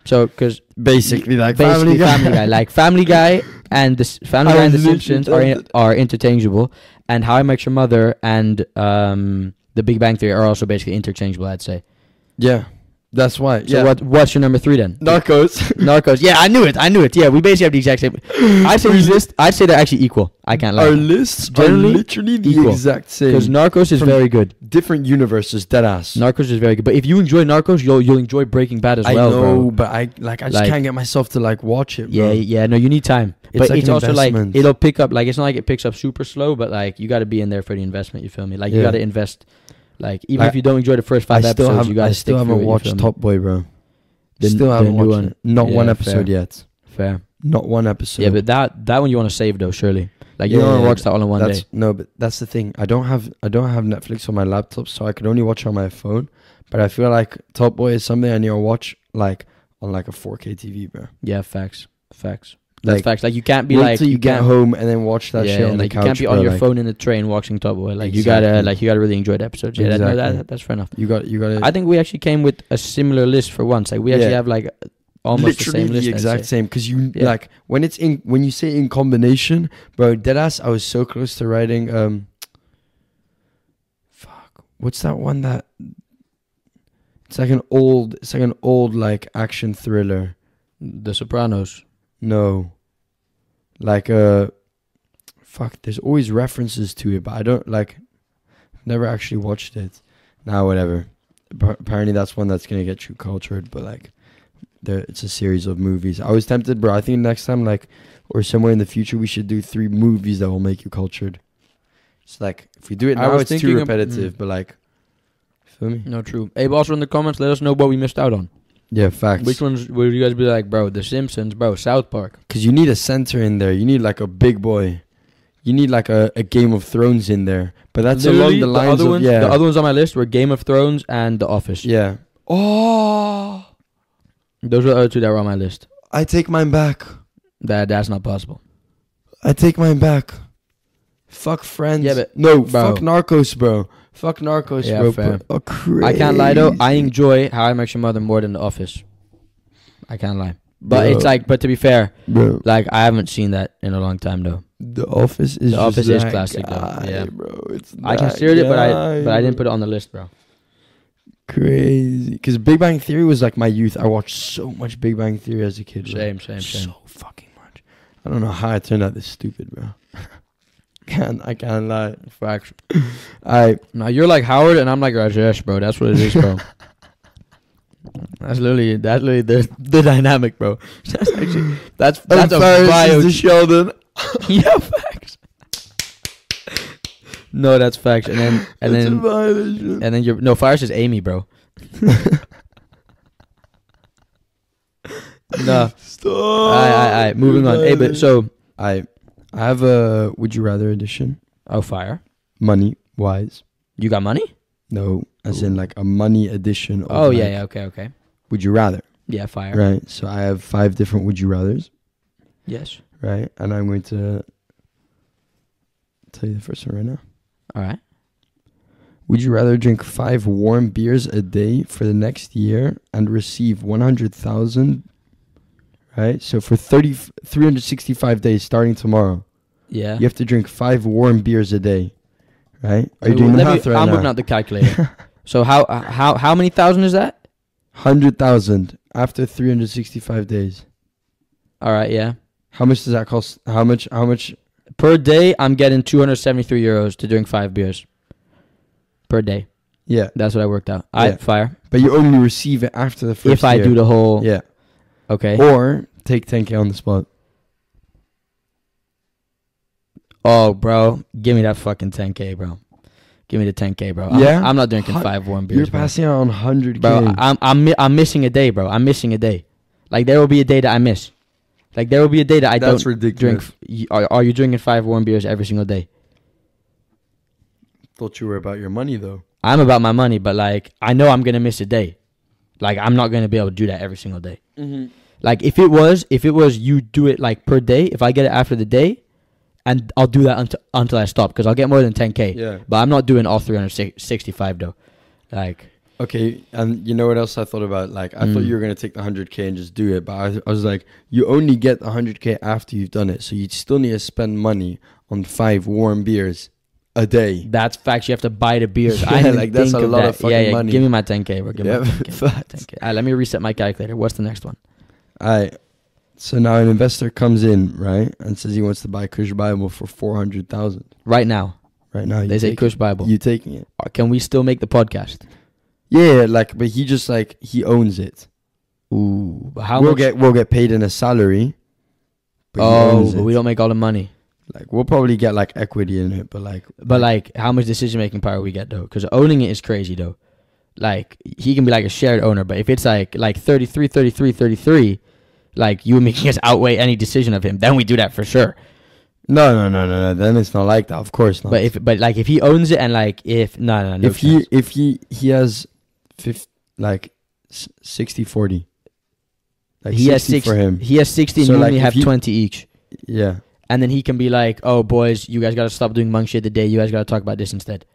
Speaker 2: So, because
Speaker 1: Basically, like
Speaker 2: basically Family Guy. like Family Guy and the S- Family
Speaker 1: I
Speaker 2: Guy and The
Speaker 1: was literally
Speaker 2: Simpsons are in, are interchangeable, and How I Met Your Mother and um, The Big Bang Theory are also basically interchangeable. I'd say.
Speaker 1: yeah, that's why.
Speaker 2: So
Speaker 1: yeah,
Speaker 2: what what's your number three then?
Speaker 1: Narcos.
Speaker 2: Narcos. Yeah, I knew it. I knew it. Yeah, we basically have the exact same. I'd say
Speaker 1: We
Speaker 2: these
Speaker 1: li-
Speaker 2: list. I'd say they're actually equal. I can't
Speaker 1: Our
Speaker 2: lie.
Speaker 1: lists are
Speaker 2: generally
Speaker 1: literally the
Speaker 2: equal.
Speaker 1: exact
Speaker 2: Because
Speaker 1: same.
Speaker 2: Narcos is
Speaker 1: From-
Speaker 2: very good.
Speaker 1: Different universes, dead ass.
Speaker 2: Narcos is very good. But if you enjoy Narcos, you'll you'll enjoy Breaking Bad as
Speaker 1: I
Speaker 2: well,
Speaker 1: know,
Speaker 2: bro.
Speaker 1: but I like I just
Speaker 2: Like-
Speaker 1: can't get myself to like watch it.
Speaker 2: Yeah,
Speaker 1: bro.
Speaker 2: yeah. No, you need time. but
Speaker 1: like
Speaker 2: it's
Speaker 1: an
Speaker 2: also like
Speaker 1: investment.
Speaker 2: it'll pick up. Like it's not like it picks up super slow, but like you got to be in there for the investment. You feel me? Like you
Speaker 1: Yeah.
Speaker 2: got to invest. Like even
Speaker 1: Like,
Speaker 2: if you don't enjoy the first
Speaker 1: I
Speaker 2: five
Speaker 1: still
Speaker 2: episodes,
Speaker 1: have
Speaker 2: you got
Speaker 1: I
Speaker 2: to
Speaker 1: still haven't watched Top Boy, bro.
Speaker 2: The n-
Speaker 1: still
Speaker 2: the
Speaker 1: haven't
Speaker 2: new
Speaker 1: watched
Speaker 2: one.
Speaker 1: it. Not
Speaker 2: Yeah,
Speaker 1: one
Speaker 2: fair.
Speaker 1: episode yet.
Speaker 2: Fair.
Speaker 1: Not one episode.
Speaker 2: yeah, but that that one you want to save though, surely. Like you
Speaker 1: Yeah,
Speaker 2: don't want
Speaker 1: yeah,
Speaker 2: to watch that all in one
Speaker 1: that's
Speaker 2: day.
Speaker 1: no, but that's the thing. I don't have I don't have Netflix on my laptop, so I could only watch on my phone. But I feel like Top Boy is something I need to watch like on like a 4K TV, bro.
Speaker 2: Yeah, facts. Facts. That's
Speaker 1: Like,
Speaker 2: facts. Like you can't be
Speaker 1: wait
Speaker 2: like
Speaker 1: till you, get
Speaker 2: can't-
Speaker 1: home and then watch that shit on
Speaker 2: like
Speaker 1: the
Speaker 2: you
Speaker 1: couch.
Speaker 2: can't be
Speaker 1: bro,
Speaker 2: on your
Speaker 1: like,
Speaker 2: phone in the train watching Top Boy. Like you gotta
Speaker 1: Exactly.
Speaker 2: like you gotta really enjoy the episodes. Yeah, that, no,
Speaker 1: Exactly.
Speaker 2: that, that's fair enough.
Speaker 1: You got you got it.
Speaker 2: I think we actually came with a similar list for once. Like we actually
Speaker 1: Yeah.
Speaker 2: have like almost the
Speaker 1: literally
Speaker 2: same list. I'd
Speaker 1: exact
Speaker 2: say.
Speaker 1: same because you
Speaker 2: Yeah.
Speaker 1: like when it's in when you say in combination, bro. Deadass, I was so close to writing. Um, fuck, what's that one that? It's like an old, it's like an old like action thriller.
Speaker 2: The Sopranos.
Speaker 1: No, like uh, fuck. There's always references to it, but I don't like. Never actually watched it. Now, whatever. Appa- Apparently, that's one that's gonna get you cultured, but like, there it's a series of movies. I was tempted, bro. I think next time, like, or somewhere in the future, we should do three movies that will make you cultured. It's like if we do it
Speaker 2: I
Speaker 1: now,
Speaker 2: was
Speaker 1: it's too
Speaker 2: thinking ab-
Speaker 1: repetitive.
Speaker 2: mm.
Speaker 1: But like, feel me?
Speaker 2: No, true. Hey, but also in the comments, let us know what we missed out on.
Speaker 1: Yeah, facts.
Speaker 2: Which ones would you guys be like, bro? The Simpsons, bro. South Park.
Speaker 1: Because you need a center in there. You need like a big boy. You need like a, a Game of Thrones in there. But that's
Speaker 2: Literally,
Speaker 1: along the lines
Speaker 2: other
Speaker 1: of
Speaker 2: ones,
Speaker 1: yeah,
Speaker 2: The other ones on my list were Game of Thrones and The Office.
Speaker 1: yeah. Oh,
Speaker 2: Those were the other two that were on my list.
Speaker 1: I take mine back.
Speaker 2: That that's not possible.
Speaker 1: I take mine back. Fuck Friends.
Speaker 2: Yeah, but-
Speaker 1: no,
Speaker 2: bro.
Speaker 1: fuck Narcos, bro. Fuck Narcos,
Speaker 2: Yeah,
Speaker 1: bro.
Speaker 2: fair.
Speaker 1: Oh, crazy.
Speaker 2: I can't lie though. I enjoy How I Met Your Mother more than The Office. I can't lie. But
Speaker 1: Bro.
Speaker 2: it's like, but to be fair,
Speaker 1: bro.
Speaker 2: like I haven't seen that in a long time though.
Speaker 1: The Office
Speaker 2: The
Speaker 1: is just
Speaker 2: Office is
Speaker 1: that
Speaker 2: classic, though.
Speaker 1: guy,
Speaker 2: Yeah.
Speaker 1: bro. It's
Speaker 2: I
Speaker 1: that
Speaker 2: considered it, but I but I
Speaker 1: guy,
Speaker 2: didn't
Speaker 1: bro.
Speaker 2: put it on the list, bro.
Speaker 1: crazy. Because Big Bang Theory was like my youth. I watched so much Big Bang Theory as a kid. bro.
Speaker 2: Shame, shame, shame.
Speaker 1: so fucking much. I don't know how I turned out this stupid, bro. can I can't lie.
Speaker 2: Facts.
Speaker 1: I
Speaker 2: Now you're like Howard and I'm like Rajesh, bro. That's what it is, bro. that's literally that's literally the the dynamic, bro. That's actually that's that's a bio.
Speaker 1: Oh, the Sheldon.
Speaker 2: yeah, facts. no, that's facts. And then and
Speaker 1: It's a
Speaker 2: then
Speaker 1: violation.
Speaker 2: and then you're no Fires is Amy, bro. nah.
Speaker 1: Stop.
Speaker 2: Alright, alright, alright. Moving on. Hey, but so
Speaker 1: Oh, I I have a would you rather edition.
Speaker 2: oh fire.
Speaker 1: Money wise.
Speaker 2: You got money?
Speaker 1: No. As in like a money edition of
Speaker 2: Oh yeah,
Speaker 1: like,
Speaker 2: yeah, okay, okay.
Speaker 1: Would you rather?
Speaker 2: Yeah, fire.
Speaker 1: Right. So I have five different would you rathers,
Speaker 2: Yes.
Speaker 1: right? And I'm going to tell you the first one right now.
Speaker 2: All right.
Speaker 1: Would you rather drink five warm beers a day for the next year and receive 100,000? Right? So for 30, 365 days starting tomorrow,
Speaker 2: Yeah.
Speaker 1: you have to drink five warm beers a day. Right? Are you
Speaker 2: Wait,
Speaker 1: doing the
Speaker 2: let
Speaker 1: math
Speaker 2: me-
Speaker 1: right
Speaker 2: I'm
Speaker 1: now?
Speaker 2: whipping out the calculator. so how uh, how how many thousand is that?
Speaker 1: 100,000 after 365 days.
Speaker 2: All right, yeah.
Speaker 1: How much does that cost? How much? How much?
Speaker 2: Per day, I'm getting 273 euros to drink five beers. Per day.
Speaker 1: Yeah.
Speaker 2: That's what I worked out. I
Speaker 1: Yeah.
Speaker 2: fire.
Speaker 1: But you only receive it after the first
Speaker 2: if I
Speaker 1: year.
Speaker 2: do the whole.
Speaker 1: Yeah.
Speaker 2: Okay.
Speaker 1: Or take 10K on the spot.
Speaker 2: Oh, bro, give me that fucking 10k, bro. Give me the 10k, bro. I'm,
Speaker 1: Yeah?
Speaker 2: I'm not drinking
Speaker 1: Hun-
Speaker 2: five warm
Speaker 1: You're
Speaker 2: beers, bro.
Speaker 1: passing out on 100K.
Speaker 2: Bro, I'm I'm mi- I'm missing a day, bro. I'm missing a day. Like there will be a day that I miss. Like there will be a day that I
Speaker 1: That's
Speaker 2: don't
Speaker 1: ridiculous.
Speaker 2: drink. f- y- Are, are you drinking five warm beers every single day?
Speaker 1: Thought you were about your money though.
Speaker 2: I'm about my money, but like I know I'm gonna miss a day. Like I'm not gonna be able to do that every single day.
Speaker 3: Mm-hmm.
Speaker 2: Like if it was, if it was you do it like per day. If I get it after the day, and I'll do that until until I stop because I'll get more than 10k.
Speaker 3: Yeah.
Speaker 2: But I'm not doing all 365 though. Like
Speaker 1: Okay, and you know what else I thought about? Like, I thought
Speaker 2: Mm.
Speaker 1: you were gonna take the hundred k and just do it, but I, I was like, you only get the hundred k after you've done it, so you still need to spend money on five warm beers a day.
Speaker 2: that's facts. You have to buy the beers. I
Speaker 1: Yeah,
Speaker 2: didn't
Speaker 1: like, that's
Speaker 2: think
Speaker 1: a
Speaker 2: of
Speaker 1: lot
Speaker 2: that.
Speaker 1: of fucking
Speaker 2: yeah, yeah,
Speaker 1: money.
Speaker 2: Give me my 10k, bro. Give me my
Speaker 1: Yeah,
Speaker 2: 10K.
Speaker 1: but-
Speaker 2: 10K. All right, let me reset my calculator. What's the next one?
Speaker 1: All right. So now an investor comes in, right, and says he wants to buy Kush Bible for four hundred thousand.
Speaker 2: Right now,
Speaker 1: Right now, you
Speaker 2: they say
Speaker 1: take-
Speaker 2: Kush Bible.
Speaker 1: You taking it?
Speaker 2: Uh, Can we still make the podcast?
Speaker 1: Yeah, like, but he just like he owns it.
Speaker 2: Ooh, but how
Speaker 1: we'll
Speaker 2: much?
Speaker 1: get we'll get paid in a salary. he
Speaker 2: oh,
Speaker 1: owns
Speaker 2: but
Speaker 1: it.
Speaker 2: we don't make all the money.
Speaker 1: like we'll probably get like equity in it, but like
Speaker 2: But like, how much decision making power we get though? Because owning it is crazy though. Like he can be like a shared owner, but if it's like like 33, 33, 33, like you making us outweigh any decision of him, then we do that for sure.
Speaker 1: no no no no no then it's not like that. Of course not.
Speaker 2: But if but like if he owns it and like if no no no
Speaker 1: if he if he he has fif- like s- 60 40 like
Speaker 2: he
Speaker 1: 60
Speaker 2: has six
Speaker 1: for him
Speaker 2: he has sixty
Speaker 1: So,
Speaker 2: and you
Speaker 1: like,
Speaker 2: only
Speaker 1: if
Speaker 2: have
Speaker 1: you-
Speaker 2: twenty each.
Speaker 1: yeah
Speaker 2: And then he can be like, "Oh, boys, you guys gotta stop doing monk shit today. You guys gotta talk about this instead."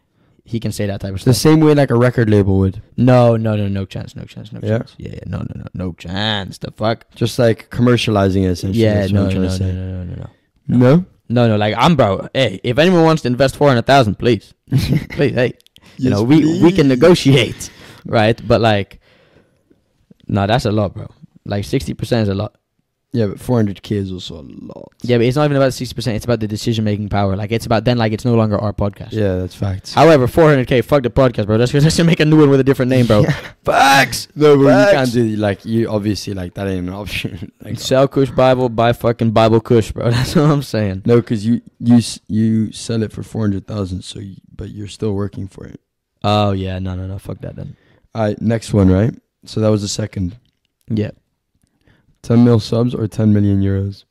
Speaker 2: He can say that type of
Speaker 1: the
Speaker 2: stuff.
Speaker 1: same way like a record label would
Speaker 2: No, no, no, no chance, no chance, no
Speaker 1: Yeah?
Speaker 2: chance. Yeah, yeah, no, no, no, no chance. The fuck?
Speaker 1: just like commercializing it essentially
Speaker 2: Yeah,
Speaker 1: is what
Speaker 2: no,
Speaker 1: I'm
Speaker 2: no,
Speaker 1: trying to
Speaker 2: no, no,
Speaker 1: say.
Speaker 2: no, no, no.
Speaker 1: no
Speaker 2: No, no, like I'm bro. Hey, if anyone wants to invest four hundred thousand, please, please, hey, you know we we can negotiate, right? But like, no, that's a lot, bro. Like sixty percent is a lot.
Speaker 1: yeah but 400k is also a lot
Speaker 2: Yeah, but it's not even about sixty percent. It's about the decision making power. Like it's about then, like it's no longer our podcast.
Speaker 1: yeah that's facts
Speaker 2: However, four hundred k, fuck the podcast, bro. Let's let's make a new one with a different name, bro.
Speaker 1: facts no but you
Speaker 2: Facts.
Speaker 1: can't do like you obviously like that ain't an option like
Speaker 2: Sell Kush Bible, buy fucking Bible Kush, bro. That's what I'm saying.
Speaker 1: no because you you s- you sell it for 400,000 so you, but you're still working for it
Speaker 2: Oh yeah, no, no, no, fuck that then.
Speaker 1: all right next one right so that was the second
Speaker 2: Yeah.
Speaker 1: 10 mil subs or 10 million euros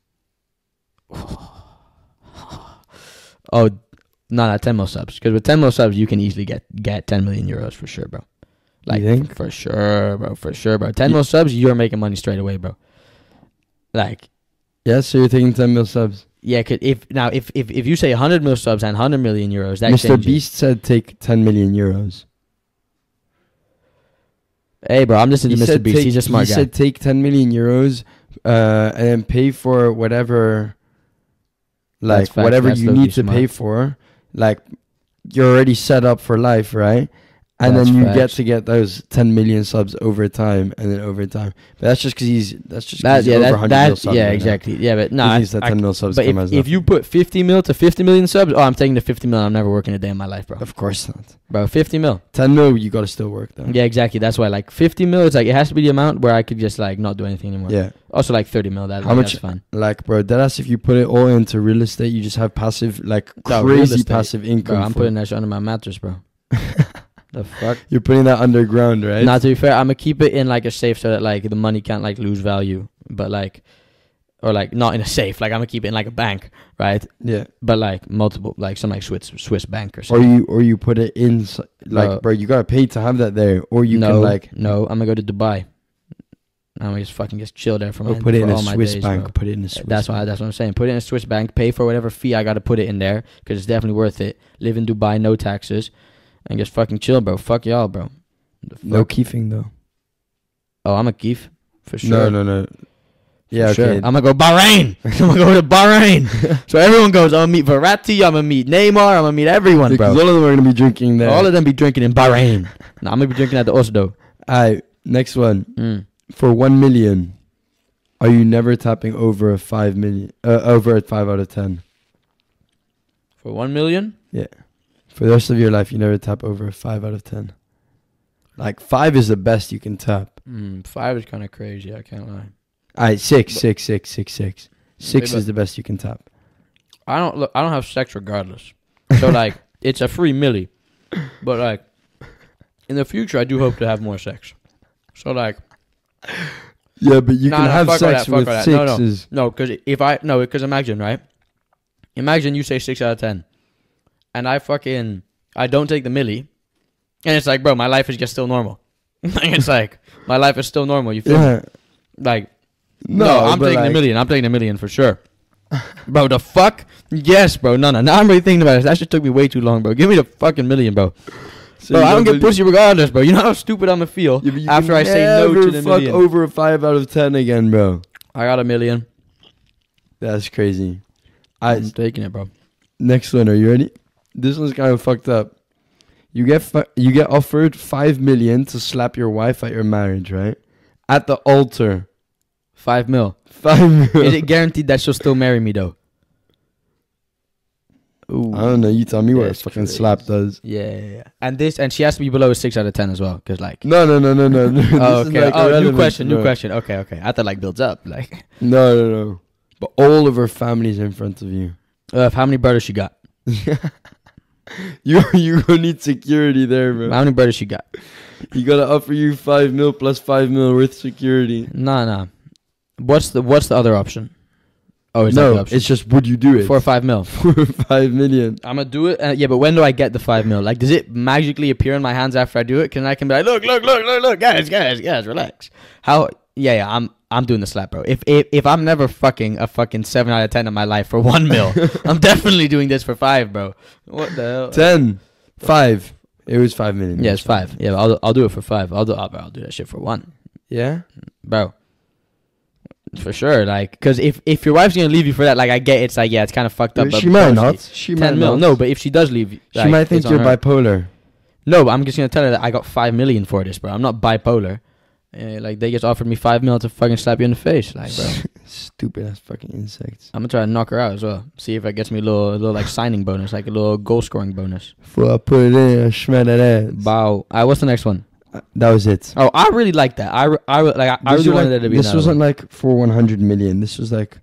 Speaker 2: Oh, no, no, 10 mil subs. Because with 10 mil subs, you can easily get, get 10 million euros for sure, bro. Like,
Speaker 1: think?
Speaker 2: for sure, bro. For sure, bro. 10
Speaker 1: Ye-
Speaker 2: mil subs, you're making money straight away, bro. Like,
Speaker 1: Yeah, so you're taking 10 mil subs.
Speaker 2: yeah, cause if now if, if if you say 100 mil subs and 100 million euros, that
Speaker 1: Mr.
Speaker 2: changes.
Speaker 1: Beast said take 10 million euros.
Speaker 2: Hey, bro, I'm listening to Mr.
Speaker 1: said
Speaker 2: Beast.
Speaker 1: take-
Speaker 2: He's a smart
Speaker 1: he
Speaker 2: guy.
Speaker 1: said take 10 million euros uh, and then pay for whatever, like,
Speaker 2: That's fact,
Speaker 1: whatever
Speaker 2: that's
Speaker 1: you
Speaker 2: low-key
Speaker 1: need to pay for. Like, you're already set up for life, right? And
Speaker 2: That's
Speaker 1: then you get
Speaker 2: facts.
Speaker 1: to get those 10 million subs over time and then over time. But that's just because he's, that's just
Speaker 2: that,
Speaker 1: 'cause he's
Speaker 2: yeah,
Speaker 1: over
Speaker 2: that,
Speaker 1: 100 mil
Speaker 2: that,
Speaker 1: subs
Speaker 2: yeah,
Speaker 1: right now.
Speaker 2: exactly. Yeah, but no,
Speaker 1: he
Speaker 2: I-
Speaker 1: thinks that
Speaker 2: I-
Speaker 1: 10 mil subs
Speaker 2: but
Speaker 1: come
Speaker 2: if,
Speaker 1: as
Speaker 2: if
Speaker 1: nothing.
Speaker 2: you put 50 mil to 50 million subs, oh, I'm taking the 50 mil. I'm never working a day in my life, bro.
Speaker 1: Of course not.
Speaker 2: Bro, 50 mil.
Speaker 1: 10 mil, you got to still work though.
Speaker 2: Yeah, exactly. That's why like 50 mil is like it has to be the amount where I could just like not do anything anymore.
Speaker 1: Yeah.
Speaker 2: Also like 30 mil. That,
Speaker 1: How much-
Speaker 2: That's fine.
Speaker 1: Like, bro, that's if you put it all into real estate, you just have passive, like
Speaker 2: No, real
Speaker 1: crazy
Speaker 2: estate,
Speaker 1: passive income.
Speaker 2: Bro, I'm
Speaker 1: for-
Speaker 2: putting that shit under my mattress, bro. the fuck.
Speaker 1: You're putting that underground, right?
Speaker 2: Now to be fair, I'm gonna keep it in like a safe so that like the money can't like lose value, but like, or like not in a safe. Like I'm gonna keep it in like a bank, right?
Speaker 1: yeah.
Speaker 2: But like multiple, like some like Swiss Swiss bank or
Speaker 1: Or
Speaker 2: something.
Speaker 1: you, or you put it in, so- like,
Speaker 2: Bro.
Speaker 1: bro, you gotta pay to have that there, or you
Speaker 2: no,
Speaker 1: can like,
Speaker 2: no. I'm gonna go to Dubai. I'm gonna just fucking just chill there for my
Speaker 1: or put it
Speaker 2: for
Speaker 1: in a
Speaker 2: all my
Speaker 1: Swiss
Speaker 2: days,
Speaker 1: bank.
Speaker 2: bro.
Speaker 1: Put it in a Swiss.
Speaker 2: that's why.
Speaker 1: bank.
Speaker 2: That's what I'm saying. Put it in a Swiss bank. Pay for whatever fee I got to put it in there because it's definitely worth it. Live in Dubai, no taxes, and just fucking chill, bro. Fuck y'all, bro. The fuck?
Speaker 1: No keefing though.
Speaker 2: Oh, I'm a geef for sure.
Speaker 1: No, no, no. Yeah,
Speaker 2: For sure.
Speaker 1: okay.
Speaker 2: I'm gonna go Bahrain. I'm gonna go to Bahrain. so everyone goes. I'm gonna meet Verratti. I'm gonna meet Neymar. I'm gonna meet everyone,
Speaker 1: Because
Speaker 2: bro.
Speaker 1: all of them are gonna be drinking there.
Speaker 2: All of them be drinking in Bahrain. no, I'm gonna be drinking at the Oslo.
Speaker 1: Alright, next one
Speaker 2: Mm.
Speaker 1: for one million. Are you never tapping over a five million? Uh, over a five out of ten
Speaker 2: For one million.
Speaker 1: for the rest of your life? You never tap over a five out of ten. Like five is the best you can tap.
Speaker 2: Mm, five is kind of crazy. I can't lie.
Speaker 1: All right, six,
Speaker 2: But-
Speaker 1: six, six, six, six. Six
Speaker 2: Maybe-
Speaker 1: is the best you can top.
Speaker 2: I don't look, I don't have sex regardless. So like it's a free millie. But like in the future I do hope to have more sex. So like
Speaker 1: Yeah, but you
Speaker 2: Nah,
Speaker 1: can
Speaker 2: nah,
Speaker 1: have
Speaker 2: fuck all
Speaker 1: sex
Speaker 2: that, fuck
Speaker 1: with
Speaker 2: all that.
Speaker 1: six.
Speaker 2: No, no.
Speaker 1: Is,
Speaker 2: no cuz if I no because imagine right? Imagine you say 6 out of 10 and I fucking I don't take the millie and it's like bro my life is just still normal. it's like my life is still normal, you feel me?
Speaker 1: yeah.
Speaker 2: Like
Speaker 1: No,
Speaker 2: no, I'm
Speaker 1: but
Speaker 2: taking a
Speaker 1: like-
Speaker 2: million. I'm taking a million for sure. bro, the fuck? Yes, bro. No, no. Now I'm really thinking about this. That shit took me way too long, bro. Give me the fucking million, bro.
Speaker 3: So
Speaker 2: Bro,
Speaker 3: you
Speaker 2: I don't
Speaker 3: don't
Speaker 2: get
Speaker 3: believe-
Speaker 2: pussy regardless, bro. You know how stupid I'm gonna feel
Speaker 3: Yeah, but you
Speaker 2: after
Speaker 3: can
Speaker 2: I say no to
Speaker 3: never
Speaker 2: the
Speaker 3: fuck
Speaker 2: million.
Speaker 3: over a five out of ten again, bro.
Speaker 2: I got a million.
Speaker 3: That's crazy.
Speaker 2: I,
Speaker 3: I
Speaker 2: am taking it, bro.
Speaker 3: next one. Are you ready? This one's kind of fucked up.
Speaker 1: You get fi- you get offered five million to slap your wife at your marriage, right? At the altar,
Speaker 2: Five mil.
Speaker 1: five.
Speaker 2: Is
Speaker 1: Million.
Speaker 2: it guaranteed that she'll still marry me though? Ooh.
Speaker 1: I don't know. You tell me what a
Speaker 2: That's
Speaker 1: fucking
Speaker 2: crazy.
Speaker 1: slap does.
Speaker 2: Yeah, yeah, yeah. And this, and she has to be below a six out of ten as well, because like.
Speaker 1: No, no, no, no, no. This is,
Speaker 2: oh, okay.
Speaker 1: like,
Speaker 2: oh, new
Speaker 1: irrelevant,
Speaker 2: question, new
Speaker 1: bro.
Speaker 2: question. Okay, okay. I thought like builds up. Like,
Speaker 1: No, no, no. But all of her family's in front of you.
Speaker 2: uh, how many brothers she got?
Speaker 1: You you gonna need security there, bro.
Speaker 2: How many brothers she got?
Speaker 1: You gotta offer you five mil plus five mil worth security.
Speaker 2: Nah, nah. What's the What's the other option? Oh, it's not
Speaker 1: no,
Speaker 2: the option.
Speaker 1: it's just would you do it
Speaker 2: four or five mil.
Speaker 1: for five million?
Speaker 2: I'm gonna do it. Uh, yeah, but when do I get the five mil? Like, does it magically appear in my hands after I do it? Can I can be like, look, look, look, look, look, guys, guys, guys, relax. How? Yeah, yeah. I'm I'm doing the slap, bro. If if if I'm never fucking a fucking seven out of ten in my life for one mil, I'm definitely doing this for five, bro. What the hell?
Speaker 1: Ten, five. It was five million.
Speaker 2: Yeah, it's five. Yeah, I'll I'll do it for five. I'll do I'll, I'll do that shit for one,
Speaker 1: Yeah.
Speaker 2: bro. For sure, like, because if if your wife's gonna leave you for that, like, I get it's like, yeah, it's kind of fucked up. but
Speaker 1: she might
Speaker 2: bro,
Speaker 1: not. She might
Speaker 2: Ten mil,
Speaker 1: not.
Speaker 2: no, but if she does leave, you,
Speaker 1: she
Speaker 2: like,
Speaker 1: might think
Speaker 2: it's on
Speaker 1: you're
Speaker 2: her.
Speaker 1: bipolar.
Speaker 2: No, but I'm just gonna tell her that I got five million for this, bro. I'm not bipolar. Eh, like they just offered me five mil to fucking slap you in the face, like, bro.
Speaker 1: Stupid ass fucking insects.
Speaker 2: I'm gonna try to knock her out as well. See if it gets me a little, a little like signing bonus, like a little goal scoring bonus.
Speaker 1: Before I put it in, I smell that ass.
Speaker 2: Bow. I what's the next one?
Speaker 1: Uh, That was it.
Speaker 2: Oh, I really like that. I, re- I re- like I, I
Speaker 1: These
Speaker 2: really
Speaker 1: were
Speaker 2: wanted
Speaker 1: like-
Speaker 2: that to be.
Speaker 1: This
Speaker 2: another
Speaker 1: wasn't
Speaker 2: one.
Speaker 1: like for 100 million. This was like.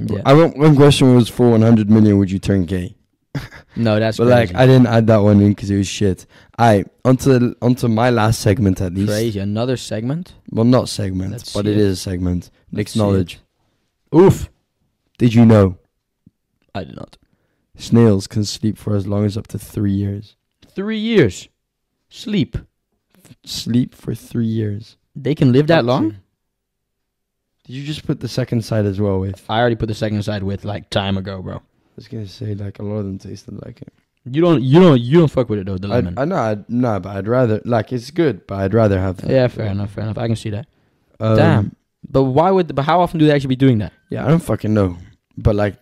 Speaker 2: Yeah.
Speaker 1: I went, one question was for 100 million, would you turn gay?
Speaker 2: no, that's
Speaker 1: but
Speaker 2: crazy.
Speaker 1: like, I didn't add that one in because it was shit. I onto onto my last segment at least.
Speaker 2: crazy. Another segment.
Speaker 1: Well, not segment,
Speaker 2: Let's
Speaker 1: but
Speaker 2: see
Speaker 1: it
Speaker 2: it.
Speaker 1: is a segment.
Speaker 2: Let's
Speaker 1: Nick's
Speaker 2: see
Speaker 1: knowledge.
Speaker 2: Oof.
Speaker 1: Did you know
Speaker 2: I did not.
Speaker 1: snails can sleep for as long as up to three years?
Speaker 2: Three years. Sleep.
Speaker 1: Sleep for three years.
Speaker 2: They can live
Speaker 1: Up
Speaker 2: that
Speaker 1: to-
Speaker 2: long.
Speaker 1: Did you just put the second side as well with?
Speaker 2: I already put the second side with like time ago, bro.
Speaker 1: I was gonna say like a lot of them tasted like it.
Speaker 2: You don't, you don't, you don't fuck with it though. The lemon.
Speaker 1: I know, I no, but I'd rather like it's good, but I'd rather have.
Speaker 2: Yeah, fair enough, fair enough. I can see that.
Speaker 1: Um,
Speaker 2: Damn. But why would? But how often do they actually be doing that?
Speaker 1: Yeah, I don't fucking know, but like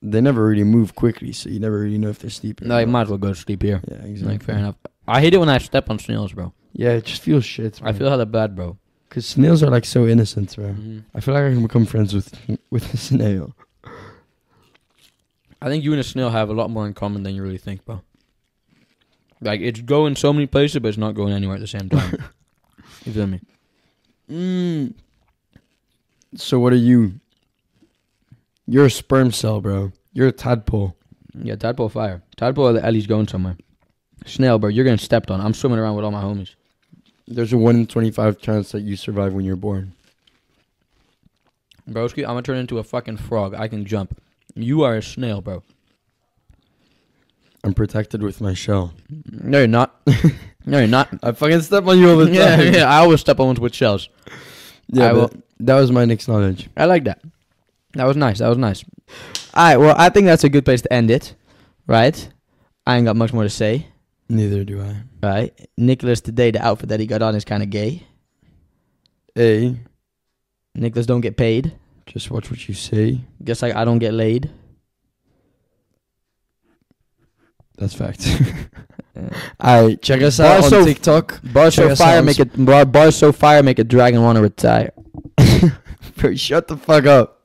Speaker 1: they never really move quickly, so you never really know if they're sleeping.
Speaker 2: No,
Speaker 1: or
Speaker 2: you might
Speaker 1: not.
Speaker 2: as well go to sleep here.
Speaker 1: Yeah, exactly.
Speaker 2: Like, fair enough. I hate it when I step on snails, bro.
Speaker 1: Yeah, it just feels shit.
Speaker 2: I feel hella bad, bro.
Speaker 1: because snails are like so innocent, bro.
Speaker 2: Mhm.
Speaker 1: I feel like I can become friends with with a snail.
Speaker 2: I think you and a snail have a lot more in common than you really think, bro. Like it's going so many places, but it's not going anywhere at the same time. you feel me?
Speaker 1: Mm. So what are you? You're a sperm cell, bro. You're a tadpole.
Speaker 2: Yeah, tadpole fire. Tadpole at least going somewhere. Snail, bro, you're getting stepped on. I'm swimming around with all my homies.
Speaker 1: There's a one in twenty five chance that you survive when you're born.
Speaker 2: Broski, I'm gonna turn into a fucking frog. I can jump. You are a snail, bro.
Speaker 1: I'm protected with my shell.
Speaker 2: No, you're not. no, you're not.
Speaker 1: I fucking step on you all the time.
Speaker 2: yeah, yeah. I always step on ones with shells.
Speaker 1: Yeah,
Speaker 2: I
Speaker 1: but that was my next knowledge.
Speaker 2: I like that. That was nice. That was nice. All right. Well, I think that's a good place to end it, right? I ain't got much more to say,
Speaker 1: Neither do I.
Speaker 2: right? Nicholas today, the outfit that he got on is kind of gay.
Speaker 1: A,
Speaker 2: Nicholas don't get paid,
Speaker 1: just watch what you say.
Speaker 2: just like I don't get laid.
Speaker 1: That's fact. I check us out
Speaker 2: Bars
Speaker 1: on
Speaker 2: so-
Speaker 1: TikTok.
Speaker 2: Bars
Speaker 1: Check
Speaker 2: so
Speaker 1: us
Speaker 2: fire
Speaker 1: out.
Speaker 2: make it bar- bars so fire make a dragon want to retire.
Speaker 1: Bro, shut the fuck up.